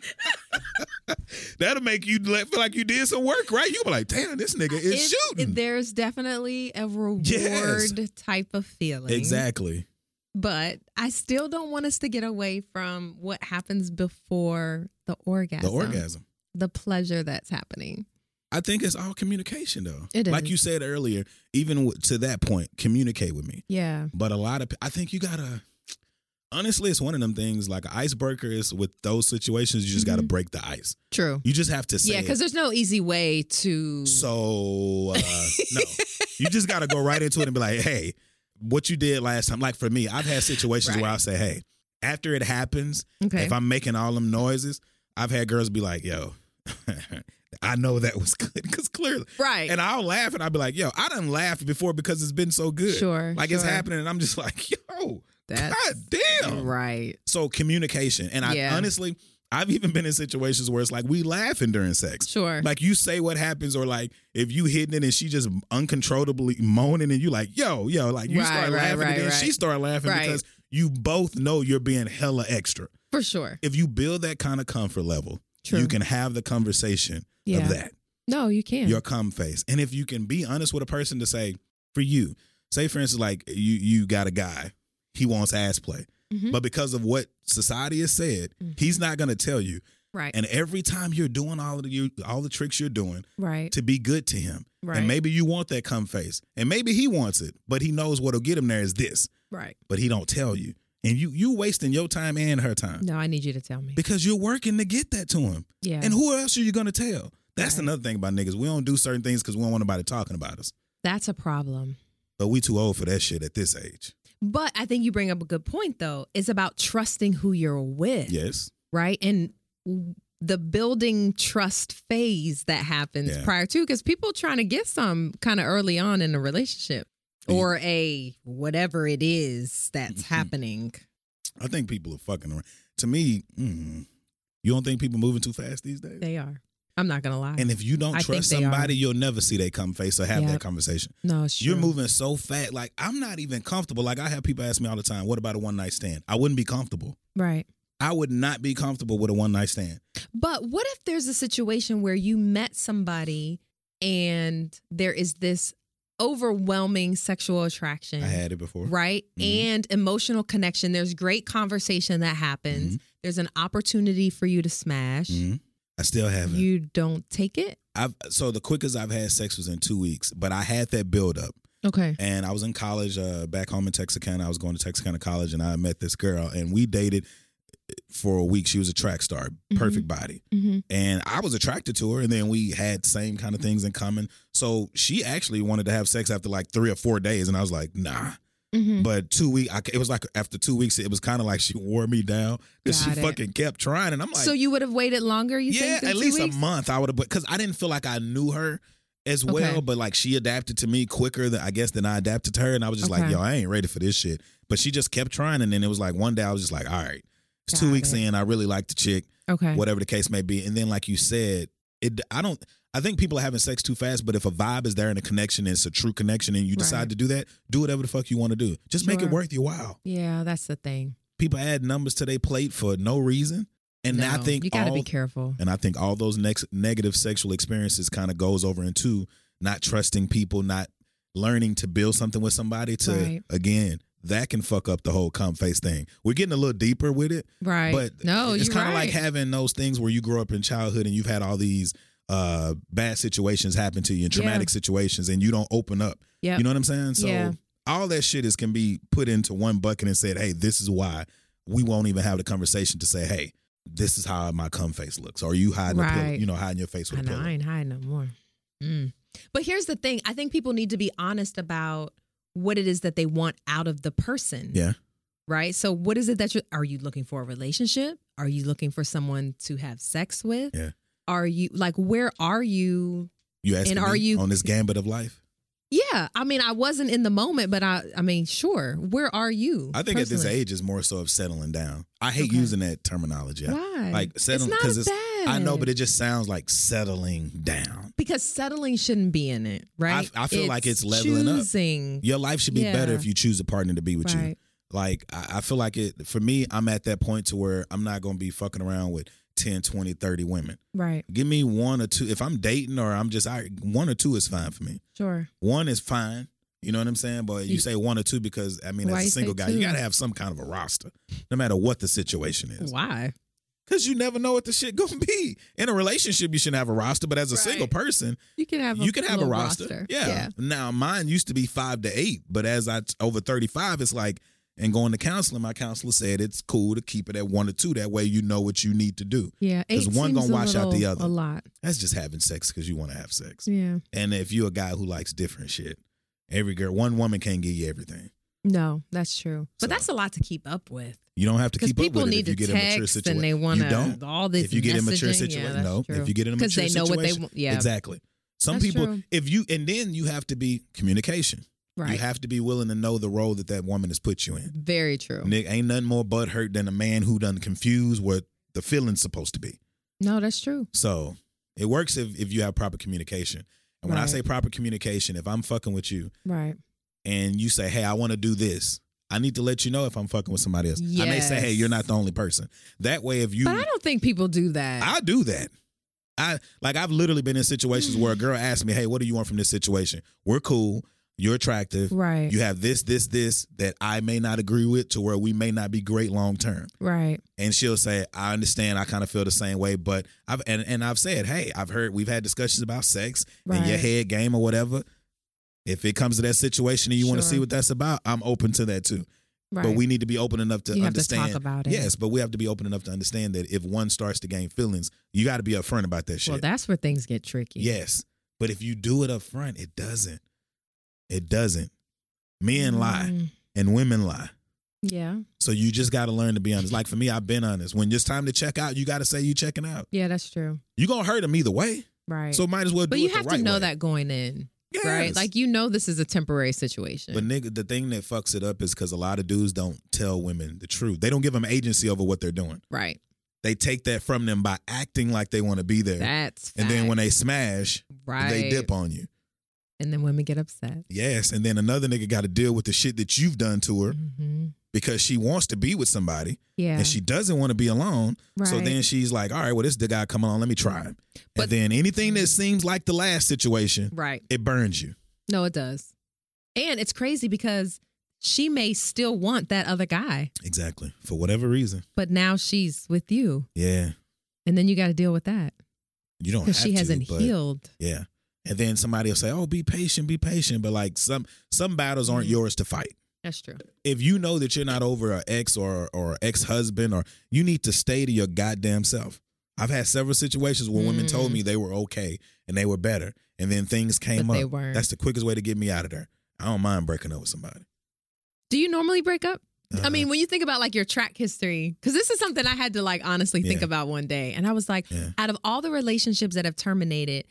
C: That'll make you let- feel like you did some work, right? You be like, damn, this nigga is
D: It's-
C: shooting.
D: There's definitely a reward
C: Yes.
D: type of feeling.
C: Exactly.
D: But I still don't want us to get away from what happens before the orgasm.
C: The orgasm.
D: The pleasure that's happening.
C: I think it's all communication, though.
D: It
C: Like
D: is.
C: you said earlier, even w- to that point, communicate with me.
D: Yeah.
C: But a lot of, I think you gotta. honestly, it's one of them things like an icebreaker is with those situations, you just got to
D: Mhm.
C: break the ice.
D: True.
C: You just have to say
D: Yeah,
C: it.
D: because there's no easy way to.
C: So uh, no, you just got to go right into it and be like, hey, what you did last time. Like for me, I've had situations where
D: Right.
C: I say, hey, after it happens,
D: okay.
C: if I'm making all them noises, I've had girls be like, yo. I know that was good because clearly,
D: right.
C: and I'll laugh and I'll be like, "Yo, I done laughed before because it's been so good,
D: Sure.
C: like it's
D: sure.
C: happening." And I'm just like, "Yo,
D: That's
C: god damn!"
D: right.
C: So communication, and
D: Yeah.
C: I honestly, I've even been in situations where it's like we laughing during sex,
D: Sure.
C: like you say what happens, or like if you hitting it and she just uncontrollably moaning and you like, yo, yo, like you
D: Right,
C: start
D: right,
C: laughing
D: right,
C: and then she
D: right.
C: start laughing
D: Right.
C: because you both know you're being hella extra.
D: For sure.
C: If you build that kind of comfort level,
D: True.
C: you can have the conversation
D: yeah.
C: of that,
D: No, you can.
C: your cum face. And if you can be honest with a person to say, for you, say for instance, like you you got a guy, he wants ass play.
D: Mhm.
C: But because of what society has said,
D: Mhm.
C: he's not gonna tell you.
D: right.
C: And every time you're doing all of the you all the tricks you're doing
D: right.
C: to be good to him.
D: Right.
C: And maybe you want that cum face. And maybe he wants it, but he knows what'll get him there is this.
D: right.
C: But he don't tell you. And you you wasting your time and her time.
D: No, I need you to tell me.
C: Because you're working to get that to him.
D: yeah.
C: And who else are you gonna tell? That's
D: Right.
C: another thing about niggas. We don't do certain things because we don't want nobody talking about us.
D: That's a problem.
C: But we too old for that shit at this age.
D: But I think you bring up a good point though. It's about trusting who you're with.
C: Yes.
D: right? And w- the building trust phase that happens
C: Yeah.
D: prior to, because people trying to get some kind of early on in a relationship
C: Yeah.
D: or a whatever it is that's
C: Mhm.
D: happening.
C: I think people are fucking around. To me, mm, you don't think people moving too fast these days?
D: They are. I'm not gonna lie.
C: And if you don't
D: I think
C: trust
D: they are.
C: somebody, you'll never see they come face or have
D: Yeah.
C: that conversation.
D: no, it's
C: You're
D: true.
C: moving so fast. Like I'm not even comfortable. Like I have people ask me all the time, "What about a one night stand?" I wouldn't be comfortable.
D: right.
C: I would not be comfortable with a one night stand.
D: But what if there's a situation where you met somebody and there is this overwhelming sexual attraction?
C: I had it before.
D: right?
C: Mhm.
D: And emotional connection. There's great conversation that happens.
C: Mm-hmm.
D: There's an opportunity for you to smash.
C: Mhm. I still haven't.
D: You don't take it.
C: I've so the quickest I've had sex was in two weeks, but I had that build up.
D: Okay.
C: And I was in college, uh, back home in Texarkana. I was going to Texarkana College, and I met this girl, and we dated for a week. She was a track star,
D: Mm-hmm.
C: perfect body.
D: hmm
C: and I was attracted to her, and then we had same kind of things in common. So she actually wanted to have sex after like three or four days, and I was like, nah.
D: hmm
C: But two weeks, it was like after two weeks, it was kind of like she wore me down because she
D: Got it.
C: fucking kept trying, and I'm like,
D: so you would have waited longer. You
C: yeah,
D: think? than
C: at
D: two
C: least
D: weeks?
C: a month I would have, because I didn't feel like I knew her as
D: Okay.
C: well, but like she adapted to me quicker than I guess than I adapted to her, and I was just like,
D: Okay.
C: yo, I ain't ready for this shit. But she just kept trying, and then it was like one day I was just like, all right, it's two
D: Got
C: weeks
D: it.
C: in, I really like the chick
D: Okay.
C: whatever the case may be. And then, like you said, it. I don't. I think people are having sex too fast. But if a vibe is there and a connection, and it's a true connection, and you decide
D: Right.
C: to do that, do whatever the fuck you want to do. Just make it
D: Sure.
C: worth your while.
D: Yeah, that's the thing.
C: People add numbers to their plate for no reason, and I
D: No,
C: think
D: you got to
C: all,
D: be careful.
C: and I think all those next negative sexual experiences kind of goes over into not trusting people, not learning to build something with somebody. To
D: Right.
C: again, that can fuck up the whole cum face thing. We're getting a little deeper with it,
D: Right.
C: but
D: no,
C: it's
D: you're
C: kind of
D: right.
C: like having those things where you grow up in childhood and you've had all these uh, bad situations happen to you and
D: Yeah.
C: traumatic situations, and you don't open up.
D: Yep.
C: You know what I'm saying? So
D: Yeah.
C: all that shit is can be put into one bucket and said, "Hey, this is why we won't even have the conversation to say, hey, this is how my cum face looks, or you hiding a pillow,
D: Right.
C: you know, hiding your face with
D: I
C: a
D: know. I
C: pillow."
D: ain't hiding no more. Mm. But here's the thing. I think people need to be honest about what it is that they want out of the person.
C: Yeah.
D: Right. So, what is it that you are you looking for a relationship? Are you looking for someone to have sex with?
C: Yeah.
D: Are you like where are you?
C: You asking
D: And are
C: me
D: you-
C: on this gambit of life?
D: Yeah. I mean, I wasn't in the moment, but I. I mean, sure. Where are you?
C: I think at this
D: personally?
C: age is more so of settling down. I hate
D: Okay.
C: using that terminology. I-
D: why?
C: like, settle-
D: it's
C: 'cause
D: not bad.
C: I know, but it just sounds like settling down.
D: because settling shouldn't be in it, right?
C: I feel like it's leveling up.
D: choosing.
C: Your life should be
D: Yeah.
C: better if you choose a partner to be with you.
D: Right.
C: Like I, I feel like it for me, I'm at that point to where I'm not gonna be fucking around with 10, 20, 30 women.
D: Right.
C: Give me one or two. If I'm dating or I'm just I one or two is fine for me.
D: Sure.
C: One is fine. You know what I'm saying? But you
D: You-
C: say one or two because I mean
D: Mm. Why
C: as a
D: you
C: single
D: say
C: guy,
D: two?
C: you gotta have some kind of a roster, no matter what the situation is.
D: Why?
C: Cause you never know what the shit gonna be. In a relationship, you shouldn't have a roster, but as a
D: Right.
C: single person,
D: You can have a
C: you can have a
D: little
C: roster. Yeah. Now mine used to be five to eight, but as I t- over thirty five, it's like and going to counseling, my counselor said it's cool to keep it at one or two. That way you know what you need to do.
D: Yeah,
C: 'Cause
D: eight
C: one
D: seems
C: gonna
D: a
C: wash out the
D: little-
C: other.
D: A lot.
C: That's just having sex because you want to have sex.
D: Yeah.
C: And if you're a guy who likes different shit, every girl, one woman can't give you everything.
D: No, that's true.
C: So-
D: But that's a lot to keep up with.
C: You don't have to
D: Because
C: keep up
D: people
C: with
D: need
C: it if
D: to
C: you get a mature
D: text
C: situation.
D: and they want
C: you don't.
D: to all this.
C: if you get in a mature
D: messaging. Yeah,
C: situation,
D: that's
C: no.
D: true.
C: If you get in a mature
D: 'Cause they know
C: situation,
D: what they want. Yeah,
C: exactly. Some
D: That's
C: people,
D: true.
C: if you, and then you have to be communication. You
D: right.
C: have to be willing to know the role that that woman has put you in.
D: Very true.
C: Nick, ain't nothing more butt hurt than a man who done confused what the feeling's supposed to be.
D: No, that's true.
C: So it works if, if you have proper communication. And when I
D: Right.
C: say proper communication, if I'm fucking with you
D: Right.
C: and you say, hey, I want to do this, I need to let you know if I'm fucking with somebody else. I may say, hey,
D: Yes.
C: you're not the only person. That way, if you,
D: But I don't think people do that.
C: I do that. I like I've literally been in situations where a girl asked me, "Hey, what do you want from this situation? We're cool. You're attractive.
D: right.
C: You have this, this, this that I may not agree with, to where we may not be great long term."
D: right.
C: and she'll say, "I understand. I kind of feel the same way." But I've and, and I've said, "Hey, I've heard we've had discussions about sex and your
D: Right.
C: head game or whatever. If it comes to that situation and you want to
D: Sure.
C: see what that's about, I'm open to that too.
D: Right.
C: But we need to be open enough to
D: you have to
C: understand.
D: talk about it.
C: Yes, but we have to be open enough to understand that if one starts to gain feelings, you got to be upfront about that shit.
D: Well, that's where things get tricky.
C: yes, but if you do it upfront, it doesn't. It doesn't. Men lie
D: Mm,
C: and women lie.
D: Yeah.
C: So you just got to learn to be honest. Like for me, I've been honest. When it's time to check out, you got to say you checking out.
D: Yeah, that's true.
C: You gonna hurt them either way.
D: Right.
C: So might as well.
D: but
C: do
D: you
C: it
D: have
C: the
D: to
C: right
D: know
C: way.
D: that going in,
C: Yes.
D: right? Like you know this is a temporary situation.
C: But nigga, the thing that fucks it up is because a lot of dudes don't tell women the truth. They don't give them agency over what they're doing.
D: right.
C: They take that from them by acting like they want to be there,
D: That's
C: and then
D: fact.
C: when they smash,
D: right.
C: they dip on you.
D: and then women get upset.
C: Yes, and then another nigga got to deal with the shit that you've done to her
D: hmm
C: because she wants to be with somebody
D: Yeah.
C: and she doesn't want to be alone.
D: right.
C: So then she's like, all right, well, this the guy come along, let me try him.
D: But-
C: and then anything that seems like the last situation,
D: right.
C: it burns you.
D: No, it does. And it's crazy because she may still want that other guy,
C: Exactly. For whatever reason.
D: but now she's with you.
C: Yeah.
D: And then you got to deal with that
C: You don't have
D: because she
C: to,
D: hasn't
C: but-
D: healed.
C: Yeah. And then somebody will say, Oh, be patient, be patient. But like some some battles aren't
D: Mhm.
C: yours to fight.
D: That's true.
C: If you know that you're not over an ex or or ex husband or you need to stay to your goddamn self. I've had several situations where women told
D: Mm.
C: me they were okay and they were better. And then things came
D: But
C: up.
D: they weren't.
C: That's the quickest way to get me out of there. I don't mind breaking up with somebody.
D: Do you normally break up? I
C: Uh,
D: mean, when you think about like your track history, because this is something I had to like honestly think
C: Yeah.
D: about one day. And I was like,
C: Yeah.
D: out of all the relationships that have terminated,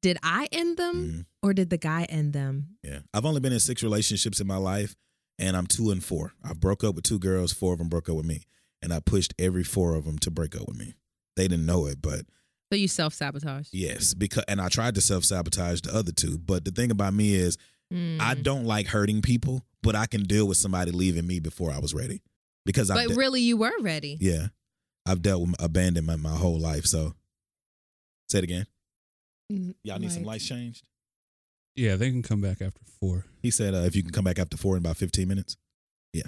D: did I end them
C: Mhm.
D: or did the guy end them?
C: Yeah. I've only been in six relationships in my life and I'm two and four. I broke up with two girls, four of them broke up with me. And I pushed every four of them to break up with me. They didn't know it, but
D: So you self sabotage.
C: yes, because and I tried to self sabotage the other two. But the thing about me is
D: Hmm.
C: I
D: Mm-hmm.
C: don't like hurting people, but I can deal with somebody leaving me before I was ready. Because I've
D: But
C: de-
D: really, you were ready.
C: yeah, I've dealt with abandonment my whole life. So say it again.
D: Mm,
C: Y'all need some
D: like-
C: lights changed.
E: Yeah, they can come back after four.
C: He said uh, if you can come back after four in about fifteen minutes. Yeah.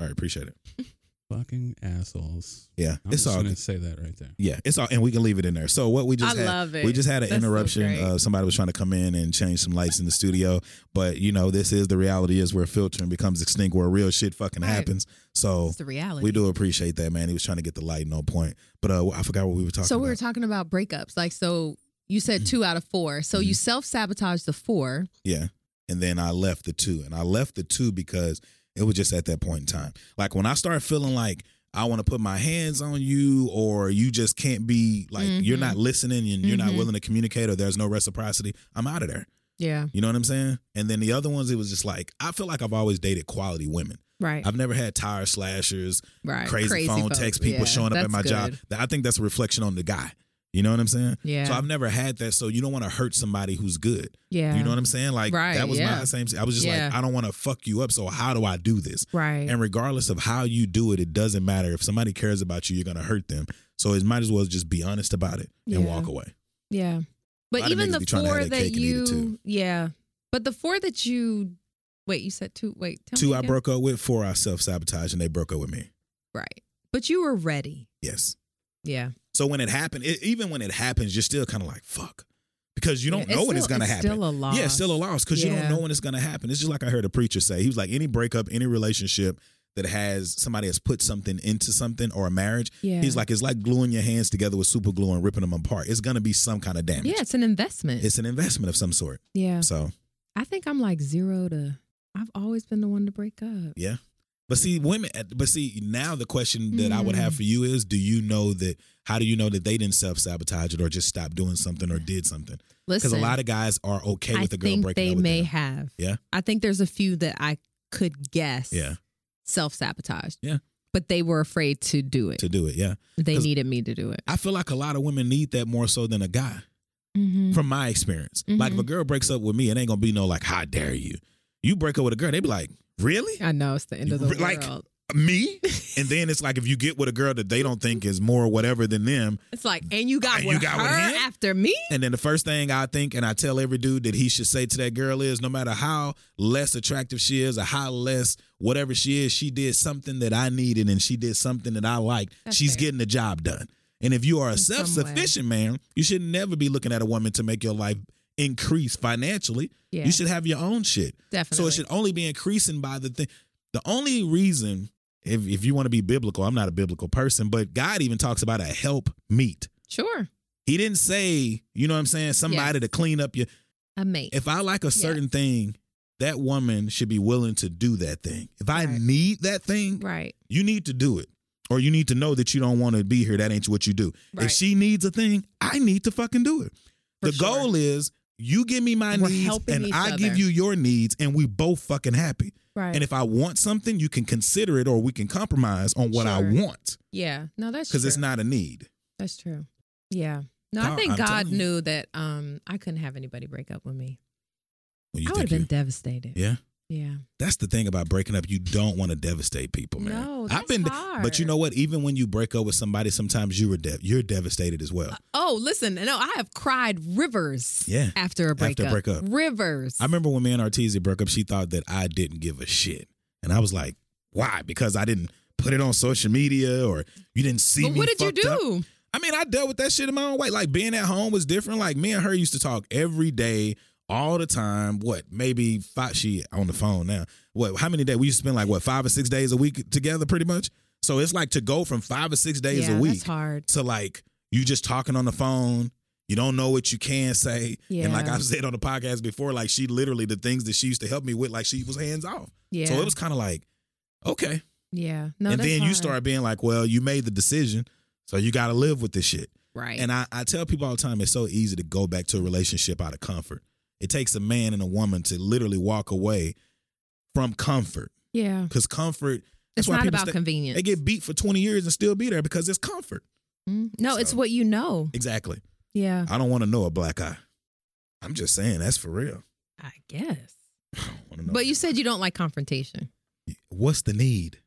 C: All right, appreciate it.
E: Fucking assholes.
C: Yeah,
E: I'm
C: it's
E: just
C: all
E: gonna
C: good.
E: say that right there.
C: Yeah, it's all, and we can leave it in there. So what we just
D: I
C: had,
D: love it.
C: we just had an
D: That's so
C: interruption.
D: great.
C: uh, somebody was trying to come in and change some lights in the studio, but you know this is the reality is where filtering becomes extinct, where real shit fucking
D: Right.
C: happens. So
D: It's the reality.
C: we do appreciate that, man. He was trying to get the lighting on point, but uh, I forgot what we were talking.
D: so we were
C: about. Mm-hmm.
D: talking about breakups. Like, so you said two out of four. So you self sabotage the four.
C: Yeah. And then I left the two. And I left the two because it was just at that point in time. Like when I started feeling like I want to put my hands on you or you just can't be like you're
D: Mhm.
C: not listening and you're not
D: Mhm.
C: willing to communicate or there's no reciprocity, I'm out of there.
D: Yeah.
C: You know what I'm saying? And then the other ones, it was just like I feel like I've always dated quality women.
D: Right.
C: I've never had tire slashers,
D: right.
C: crazy, phone
D: folks.
C: text people
D: Yeah,
C: showing up at
D: that's
C: my job.
D: good.
C: I think that's a reflection on the guy. You know what I'm saying?
D: Yeah.
C: So I've never had that. So you don't want to hurt somebody who's good.
D: yeah.
C: You know what I'm saying? Like
D: Right,
C: that was my
D: yeah.
C: same. I was just
D: Yeah.
C: like, I don't want to fuck you up. So how do I do this?
D: Right.
C: And regardless of how you do it, it doesn't matter. If somebody cares about you, you're gonna hurt them. So it might as well just be honest about it and
D: Yeah.
C: walk away.
D: Yeah.
C: lot
D: But
C: of
D: even
C: niggas
D: the
C: be trying to have
D: four
C: their
D: that
C: cake and eat it
D: you
C: too.
D: Yeah. But the four that you wait, you said two wait, tell
C: Two
D: me
C: I
D: again.
C: broke up with, four I self sabotaged, and they broke up with me.
D: Right. But you were ready.
C: Yes.
D: Yeah.
C: So when it happened, it, even when it happens, you're still kind of like fuck, because you don't
D: Yeah,
C: know when
D: still,
C: it's gonna happen.
D: Still a loss.
C: Yeah, it's still a loss because you
D: Yeah.
C: don't know when it's gonna happen. It's just like I heard a preacher say. He was like, any breakup, any relationship that has somebody has put something into something or a marriage.
D: Yeah.
C: He's like, it's like gluing your hands together with super glue and ripping them apart. It's gonna be some kind of damage.
D: Yeah, it's an investment.
C: It's an investment of some sort.
D: yeah.
C: So
D: I think I'm like zero to. I've always been the one to break up.
C: yeah. But see, women. But see, now the question that I would have
D: Mm.
C: for you is: Do you know that? How do you know that they didn't self sabotage it, or just stop doing something, or did something? Because
D: Listen,
C: a lot of guys are okay
D: I
C: with a girl
D: think
C: breaking
D: they
C: up with
D: may
C: them.
D: have.
C: Yeah?
D: I think there's a few that I could guess.
C: Yeah.
D: Self sabotage.
C: Yeah.
D: But they were afraid to do it.
C: to do it. Yeah,
D: they
C: 'cause-
D: needed me to do it.
C: I feel like a lot of women need that more so than a guy.
D: Mm-hmm.
C: From my experience, like if a girl breaks up with me, it ain't gonna be no like, "How dare you?" You break up with a girl, they be like, "Really?"
D: I know it's the end of the
C: Like-
D: world.
C: me and then it's like if you get with a girl that they don't think is more whatever than them
D: It's like, and you got,
C: And
D: with,
C: you got
D: her
C: with him?
D: after me?
C: and then the first thing i think and i tell every dude that he should say to that girl is no matter how less attractive she is or how less whatever she is she did something that i needed and she did something that i liked
D: That's
C: she's
D: fair.
C: getting the job done and if you are a
D: some way.
C: self-sufficient man you should never be looking at a woman to make your life increase financially
D: Yeah,
C: you should have your own shit
D: definitely.
C: So it should only be increasing by the thing. The only reason, if if you want to be biblical, I'm not a biblical person, but God even talks about a help meet.
D: Sure.
C: He didn't say, you know what I'm saying, somebody to clean up your.
D: A mate.
C: If I like a certain thing, that woman should be willing to do that thing. If I
D: Right.
C: need that thing,
D: right.
C: you need to do it. Or you need to know that you don't want to be here. That ain't what you do.
D: Right.
C: If she needs a thing, I need to fucking do it.
D: For
C: the
D: sure.
C: goal is you give me my
D: We're
C: needs
D: helping
C: and
D: each
C: I give
D: other.
C: you your needs and we both fucking happy.
D: Right.
C: And if I want something, you can consider it or we can compromise on what I
D: Sure.
C: want
D: yeah. No, that's
C: because
D: true.
C: it's not a need.
D: That's true. Yeah. No,
C: Dog,
D: I think
C: I'm
D: God
C: telling you.
D: knew that um I couldn't have anybody break up with me.
C: Well, you
D: I would
C: think
D: have been
C: you-
D: devastated.
C: yeah.
D: Yeah.
C: That's the thing about breaking up. You don't want to devastate people, man.
D: No,
C: I've
D: that's
C: been,
D: hard.
C: but you know what? Even when you break up with somebody, sometimes you were dev- you're devastated as well.
D: Oh, listen, no, I have cried rivers
C: Yeah.
D: after a breakup.
C: After a breakup.
D: Rivers.
C: I remember when me and Arteezy broke up, she thought that I didn't give a shit. And I was like, why? Because I didn't put it on social media or you didn't see
D: But
C: me
D: what did you
C: fucked up.
D: do?
C: I mean, I dealt with that shit in my own way. Like being at home was different. Like me and her used to talk every day, all the time. What, maybe five she on the phone now. What how many days? We used to spend like what five or six days a week together pretty much. So it's like to go from five or six days
D: yeah,
C: a week
D: That's hard.
C: to like you just talking on the phone. You don't know what you can say. And like
D: Yeah.
C: I've said on the podcast before, like she literally the things that she used to help me with, like she was hands off.
D: Yeah.
C: So it was kind of like, okay.
D: yeah. No,
C: and
D: that's
C: then you
D: hard.
C: start being like, well, you made the decision. So you gotta live with this shit.
D: right.
C: And I, I tell people all the time it's so easy to go back to a relationship out of comfort. It takes a man and a woman to literally walk away from comfort.
D: yeah.
C: Because comfort that's
D: It's
C: why
D: not
C: people
D: about
C: stay-
D: convenience.
C: they get beat for 20 years and still be there because it's comfort.
D: Mm. No, it's
C: Mm-hmm. So-
D: what you know.
C: Exactly.
D: Yeah.
C: I don't want to know a black eye. I'm just saying that's for real.
D: I guess.
C: I don't wanna know.
D: But you said you don't like confrontation.
C: what's the need?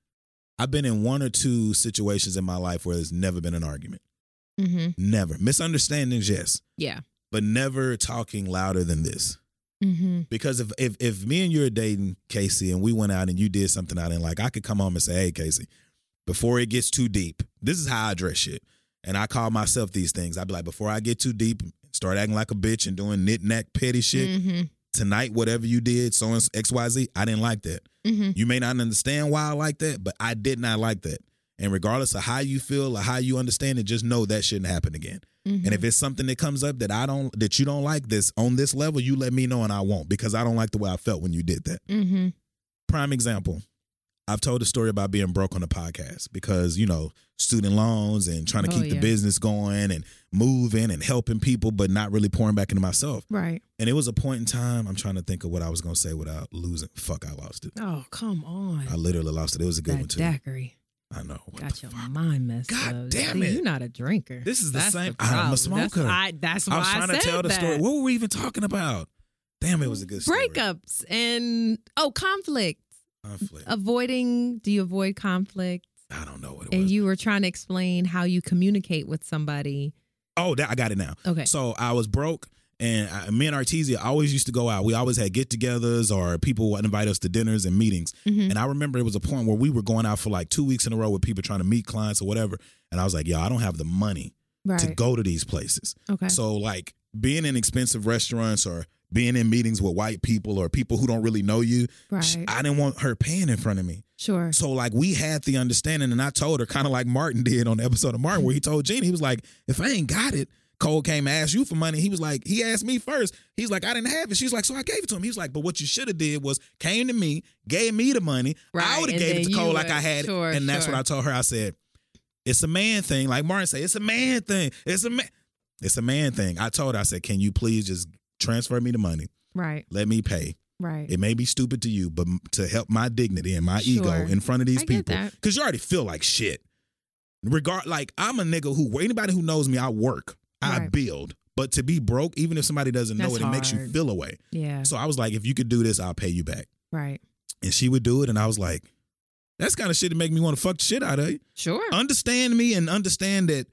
C: I've been in one or two situations in my life where there's never been an argument.
D: Mm-hmm.
C: Never. Misunderstandings, yes,
D: Yeah.
C: but never talking louder than this.
D: Mm-hmm.
C: Because if, if if me and you are dating Casey and we went out and you did something out and like I could come home and say, hey Casey, before it gets too deep, this is how I address shit. And I call myself these things. I'd be like, before I get too deep, start acting like a bitch and doing knick knack petty shit.
D: Mm-hmm.
C: Tonight, whatever you did, so and s- XYZ, I didn't like that.
D: Mm-hmm.
C: You may not understand why I like that, but I did not like that. And regardless of how you feel or how you understand it, just know that shouldn't happen again.
D: Mm-hmm.
C: And if it's something that comes up that I don't that you don't like this on this level, you let me know and I won't because I don't like the way I felt when you did that.
D: mm-hmm.
C: Prime example. I've told a story about being broke on the podcast because, you know, student loans and trying to
D: Oh,
C: keep the
D: yeah.
C: business going and moving and helping people, but not really pouring back into myself.
D: Right.
C: And it was a point in time, I'm trying to think of what I was going to say without losing. Fuck, I lost it.
D: Oh, come on.
C: I literally lost it. It was a good
D: that
C: one, too.
D: daiquiri
C: I know. What
D: got
C: the
D: your
C: fuck?
D: mind messed
C: God
D: up.
C: damn
D: See,
C: it.
D: You're not a drinker.
C: This is the
D: That's
C: same- I'm
D: The
C: a
D: problem. That's-
C: smoker.
D: I, that's why
C: I was trying to
D: said
C: tell the
D: that.
C: story. What were we even talking about? Damn, it was a good story.
D: Breakups and oh, conflict.
C: Conflict.
D: Avoiding. Do you avoid conflict?
C: I don't know what it
D: And
C: was.
D: you were trying to explain how you communicate with somebody.
C: oh, that, I got it now.
D: Okay.
C: So I was broke, and I, me and Artesia always used to go out. We always had get-togethers, or people would invite us to dinners and meetings.
D: Mhm.
C: And I remember it was a point where we were going out for like two weeks in a row with people trying to meet clients or whatever. And I was like, "Yo, I don't have the money
D: Right.
C: to go to these places."
D: okay.
C: So like being in expensive restaurants or being in meetings with white people or people who don't really know you.
D: Right.
C: Sh- I didn't want her paying in front of me.
D: sure.
C: So like we had the understanding, and I told her kind of like Martin did on the episode of Martin, where he told Gene, he was like, "If I ain't got it." Cole came to ask you for money. He was like, he asked me first. He's like, I didn't have it. She's like, so I gave it to him. He was like, but what you should have did was came to me, gave me the money. I
D: Right,
C: would have
D: and
C: gave it
D: then
C: to
D: you
C: Cole like
D: would-
C: I had
D: sure,
C: it. And that's
D: sure.
C: what I told her. I said, it's a man thing. Like Martin said, it's a man thing. It's a man. It's a man thing. I told her, I said, can you please just transfer me the money?
D: Right.
C: Let me pay.
D: Right.
C: It may be stupid to you, but m- to help my dignity and my ego
D: Sure.
C: in front of these
D: I get
C: people,
D: that.
C: because you already feel like shit. Regard, like I'm a nigga who anybody who knows me, I work, I
D: Right.
C: build. But to be broke, even if somebody doesn't know
D: That's
C: it, it makes you
D: hard.
C: feel away.
D: yeah.
C: So I was like, if you could do this, I'll pay you back.
D: right.
C: And she would do it, and I was like, that's kind of shit that make me want to fuck the shit out of you.
D: Sure.
C: Understand me and understand that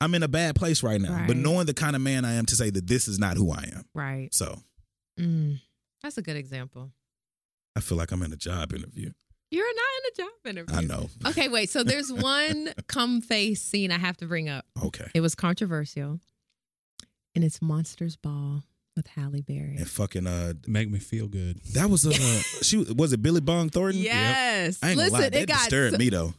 C: I'm in a bad place right now. But
D: Right.
C: knowing the kind of man I am to say that this is not who I am.
D: right.
C: So
D: Mm. That's a good example.
C: I feel like I'm in a job interview.
D: You're not in a job interview.
C: I know.
D: Okay, wait. So there's one cum face scene I have to bring up.
C: Okay.
D: It was controversial, and it's Monsters Ball with Halle Berry.
C: and fucking uh
E: Make me feel good.
C: that was uh she was it Billy Bong Thornton?
D: Yes.
C: I ain't
D: Listen,
C: gonna lie,
D: it
C: that
D: got
C: disturbed
D: so-
C: me though.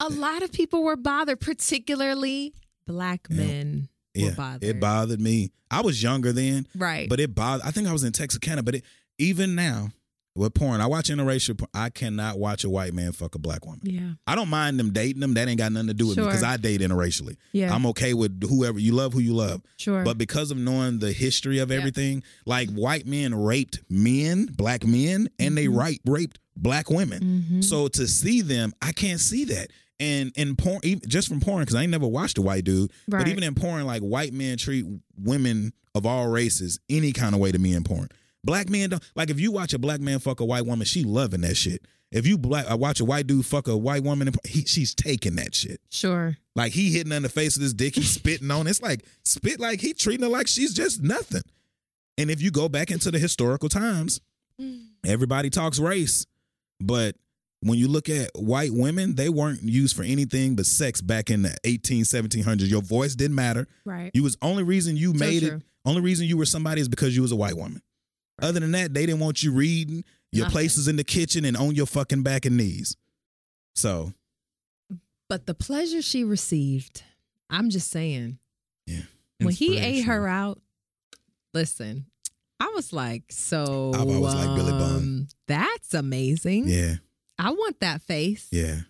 D: a lot of people were bothered, particularly black
C: Yeah.
D: men were
C: Yeah,
D: bothered.
C: it bothered me. I was younger then,
D: right.
C: but it bothered. I think I was in Texarkana, but it, even now with porn, I watch interracial. Porn, I cannot watch a white man fuck a black woman.
D: yeah.
C: I don't mind them dating them. That ain't got nothing to do with me
D: Sure.
C: because I date interracially.
D: Yeah.
C: I'm okay with whoever you love, who you love.
D: sure.
C: But because of knowing the history of
D: Yeah.
C: everything, like white men raped men, black men, and they
D: Mhm.
C: right raped black women.
D: Mhm.
C: So to see them, I can't see that. And in porn, even, just from porn, because I ain't never watched a white dude.
D: Right.
C: But even in porn, like white men treat women of all races any kind of way to me in porn. Black men don't like if you watch a black man fuck a white woman, she loving that shit. If you black, I watch a white dude fuck a white woman, in porn, he, she's taking that shit.
D: sure.
C: Like he hitting her in the face with his dick, he's spitting on. it. It's like spit, like he treating her like she's just nothing. And if you go back into the historical times, everybody talks race, but when you look at white women, they weren't used for anything but sex back in the 18, 1700s. Your voice didn't matter.
D: Right.
C: You was only reason you
D: So
C: made
D: true.
C: it. Only reason you were somebody is because you was a white woman. Other than that, they didn't want you reading. Your
D: Nothing.
C: place is in the kitchen and on your fucking back and knees. So
D: But the pleasure she received, I'm just saying, when he ate her out, listen, I was like, so
C: I've always liked Billy Bone.
D: um, That's amazing.
C: yeah,
D: I want that face.
C: yeah.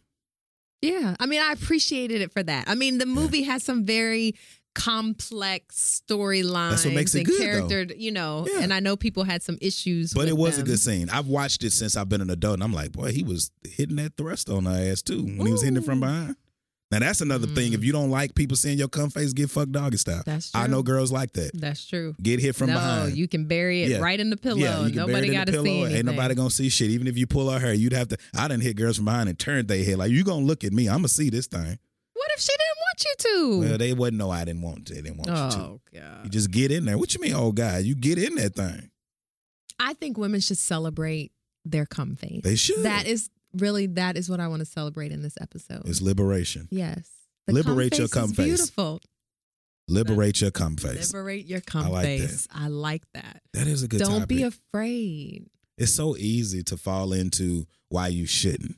D: Yeah. I mean, I appreciated it for that. I mean, the movie has some very complex storylines
C: That's what makes it
D: and
C: good, though.
D: character, you know,
C: Yeah.
D: and I know people had some issues.
C: But
D: with
C: it was
D: them.
C: a good scene. I've watched it since I've been an adult, and I'm like, boy, he was hitting that thrust on her ass too when he was hitting it from
D: Ooh. Mm.
C: behind. Now that's another thing. If you don't like people seeing your cum face get fucked doggy style,
D: That's
C: I
D: true.
C: know girls like that.
D: That's true.
C: Get hit from
D: no,
C: behind.
D: you can bury it
C: Yeah.
D: right in the pillow. nobody got to see anything.
C: Ain't nobody gonna see shit. Even if you pull her hair, you'd have to. I didn't hit girls from behind and turned their head like you gonna look at me. I'm gonna see this thing.
D: What if she didn't want you
C: Well,
D: to?
C: they wouldn't know I didn't want to. They didn't want you to.
D: oh
C: You
D: god.
C: just get in there. What you mean, old guy? You get in that thing.
D: I think women should celebrate their cum face.
C: They should.
D: That is really that is what I want to celebrate in this episode.
C: It's liberation.
D: yes.
C: Liberate your cum
D: is
C: face.
D: Beautiful.
C: Liberate your cum face.
D: Liberate your cum
C: I like that.
D: face. I like that.
C: That is a good.
D: Don't
C: topic.
D: be afraid.
C: It's so easy to fall into why you shouldn't.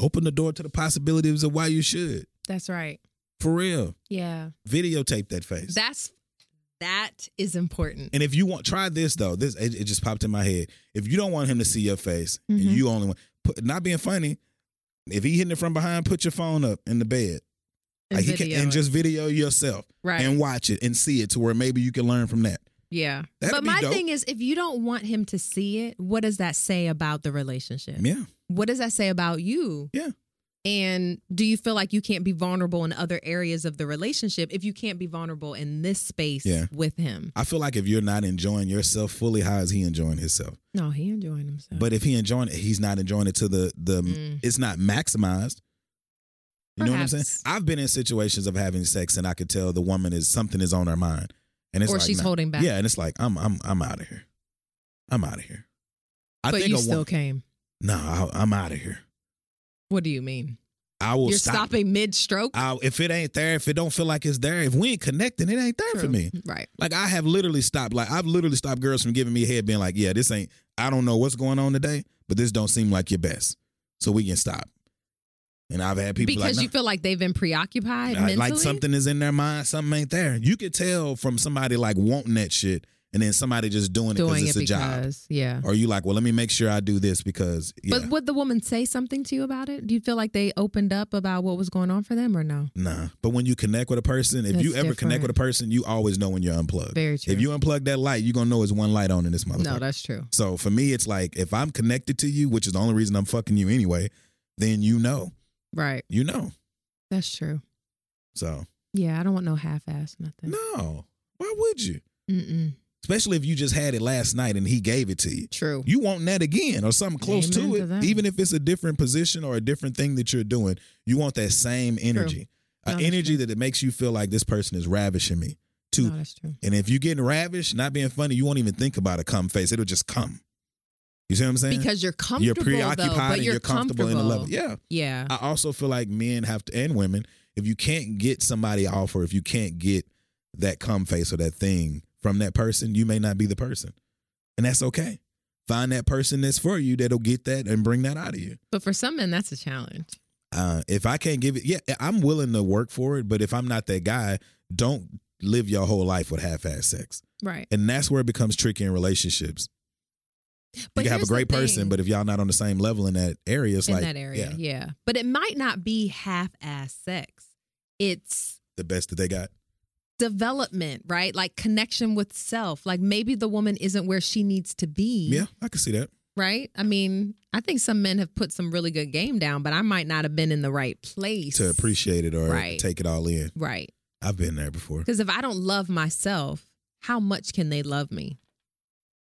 C: Open the door to the possibilities of why you should.
D: That's right.
C: For real.
D: Yeah.
C: Videotape that face.
D: That's that is important.
C: and if you want, try this though. This it, it just popped in my head. If you don't want him to see your face, and
D: Mhm.
C: you only want put, not being funny. If he hitting it from behind, put your phone up in the bed,
D: And
C: Like, he can-
D: video
C: and
D: it.
C: just video yourself
D: right.
C: and watch it and see it to where maybe you can learn from that.
D: yeah.
C: That'd
D: But
C: be
D: my
C: dope.
D: thing is if you don't want him to see it, what does that say about the relationship?
C: Yeah,
D: What does that say about you?
C: Yeah.
D: And do you feel like you can't be vulnerable in other areas of the relationship if you can't be vulnerable in this space
C: Yeah.
D: with him?
C: I feel like if you're not enjoying yourself fully, how is he enjoying himself?
D: No, he enjoying himself.
C: But if he enjoying it, he's not enjoying it to the the
D: Mm.
C: it's not maximized. You know what I'm saying?
D: Perhaps.
C: I've been in situations of having sex and I could tell the woman is something is on her mind. And it's
D: or
C: like
D: she's
C: nah.
D: holding back.
C: Yeah, and it's like I'm I'm I'm out of here. I'm out of here. I
D: but
C: think
D: you
C: a
D: still
C: woman,
D: came.
C: No, I, I'm out of here.
D: What do you mean?
C: I will
D: You're
C: stop.
D: stopping mid stroke.
C: I, if it ain't there, if it don't feel like it's there, if we ain't connecting, it ain't there for me.
D: Right.
C: Like I have literally stopped. Like I've literally stopped girls from giving me a head, being like, "Yeah, this ain't. I don't know what's going on today, but this don't seem like your best, so we can stop." And I've had people
D: because
C: like,
D: you feel like they've been preoccupied
C: "Nah, I-
D: mentally.
C: like something is in their mind, something ain't there. You could tell from somebody like wanting that shit, and then somebody just doing, it
D: doing
C: because
D: it
C: it's a job.
D: because yeah.
C: Or you like, well, let me make sure I do this because yeah,
D: But would the woman say something to you about it? Do you feel like they opened up about what was going on for them or no?
C: nah. But when you connect with a person, if
D: That's
C: you ever connect
D: different.
C: with a person, you always know when you're unplugged.
D: Very true.
C: If you unplug that light, you're gonna know it's one light on in this motherfucker.
D: no, that's true.
C: So for me, it's like if I'm connected to you, which is the only reason I'm fucking you anyway, then you know,
D: Right.
C: you know.
D: That's true.
C: So
D: Yeah, I don't want no half ass nothing.
C: no, why would you?
D: Mm-mm.
C: Especially if you just had it last night and he gave it to you.
D: True.
C: You want that again or something close
D: Amen
C: to
D: to
C: it,
D: that.
C: even if it's a different position or a different thing that you're doing. You want that same energy,
D: No,
C: an
D: that's
C: energy
D: true.
C: that it makes you feel like this person is ravishing me too.
D: no, that's true.
C: And if you're getting ravished, not being funny, you won't even think about a cum face. It'll just come. You see what I'm saying?
D: Because you're comfortable,
C: you're preoccupied
D: though, but
C: and
D: you're,
C: you're comfortable, in the level. Yeah.
D: Yeah.
C: I also feel like men have to and women, if you can't get somebody off or if you can't get that cum face or that thing from that person, you may not be the person. And that's okay. Find that person that's for you that'll get that and bring that out of you.
D: But for some men, that's a challenge.
C: Uh, if I can't give it, yeah, I'm willing to work for it, but if I'm not that guy, don't live your whole life with half ass sex.
D: Right.
C: And that's where it becomes tricky in relationships.
D: But
C: you can have a
D: here's the
C: great person,
D: thing.
C: but if y'all not on the same level in that area, it's
D: in
C: like
D: that area.
C: yeah,
D: Yeah. But it might not be half ass sex. It's
C: the best that they got.
D: Mm-hmm. development, right? Like connection with self. Like maybe the woman isn't where she needs to be.
C: Yeah, I can see that.
D: Right? I mean, I think some men have put some really good game down, but I might not have been in the right place
C: to appreciate it or
D: Right.
C: take it all in.
D: Right.
C: I've been there before.
D: Because if I don't love myself, how much can they love me?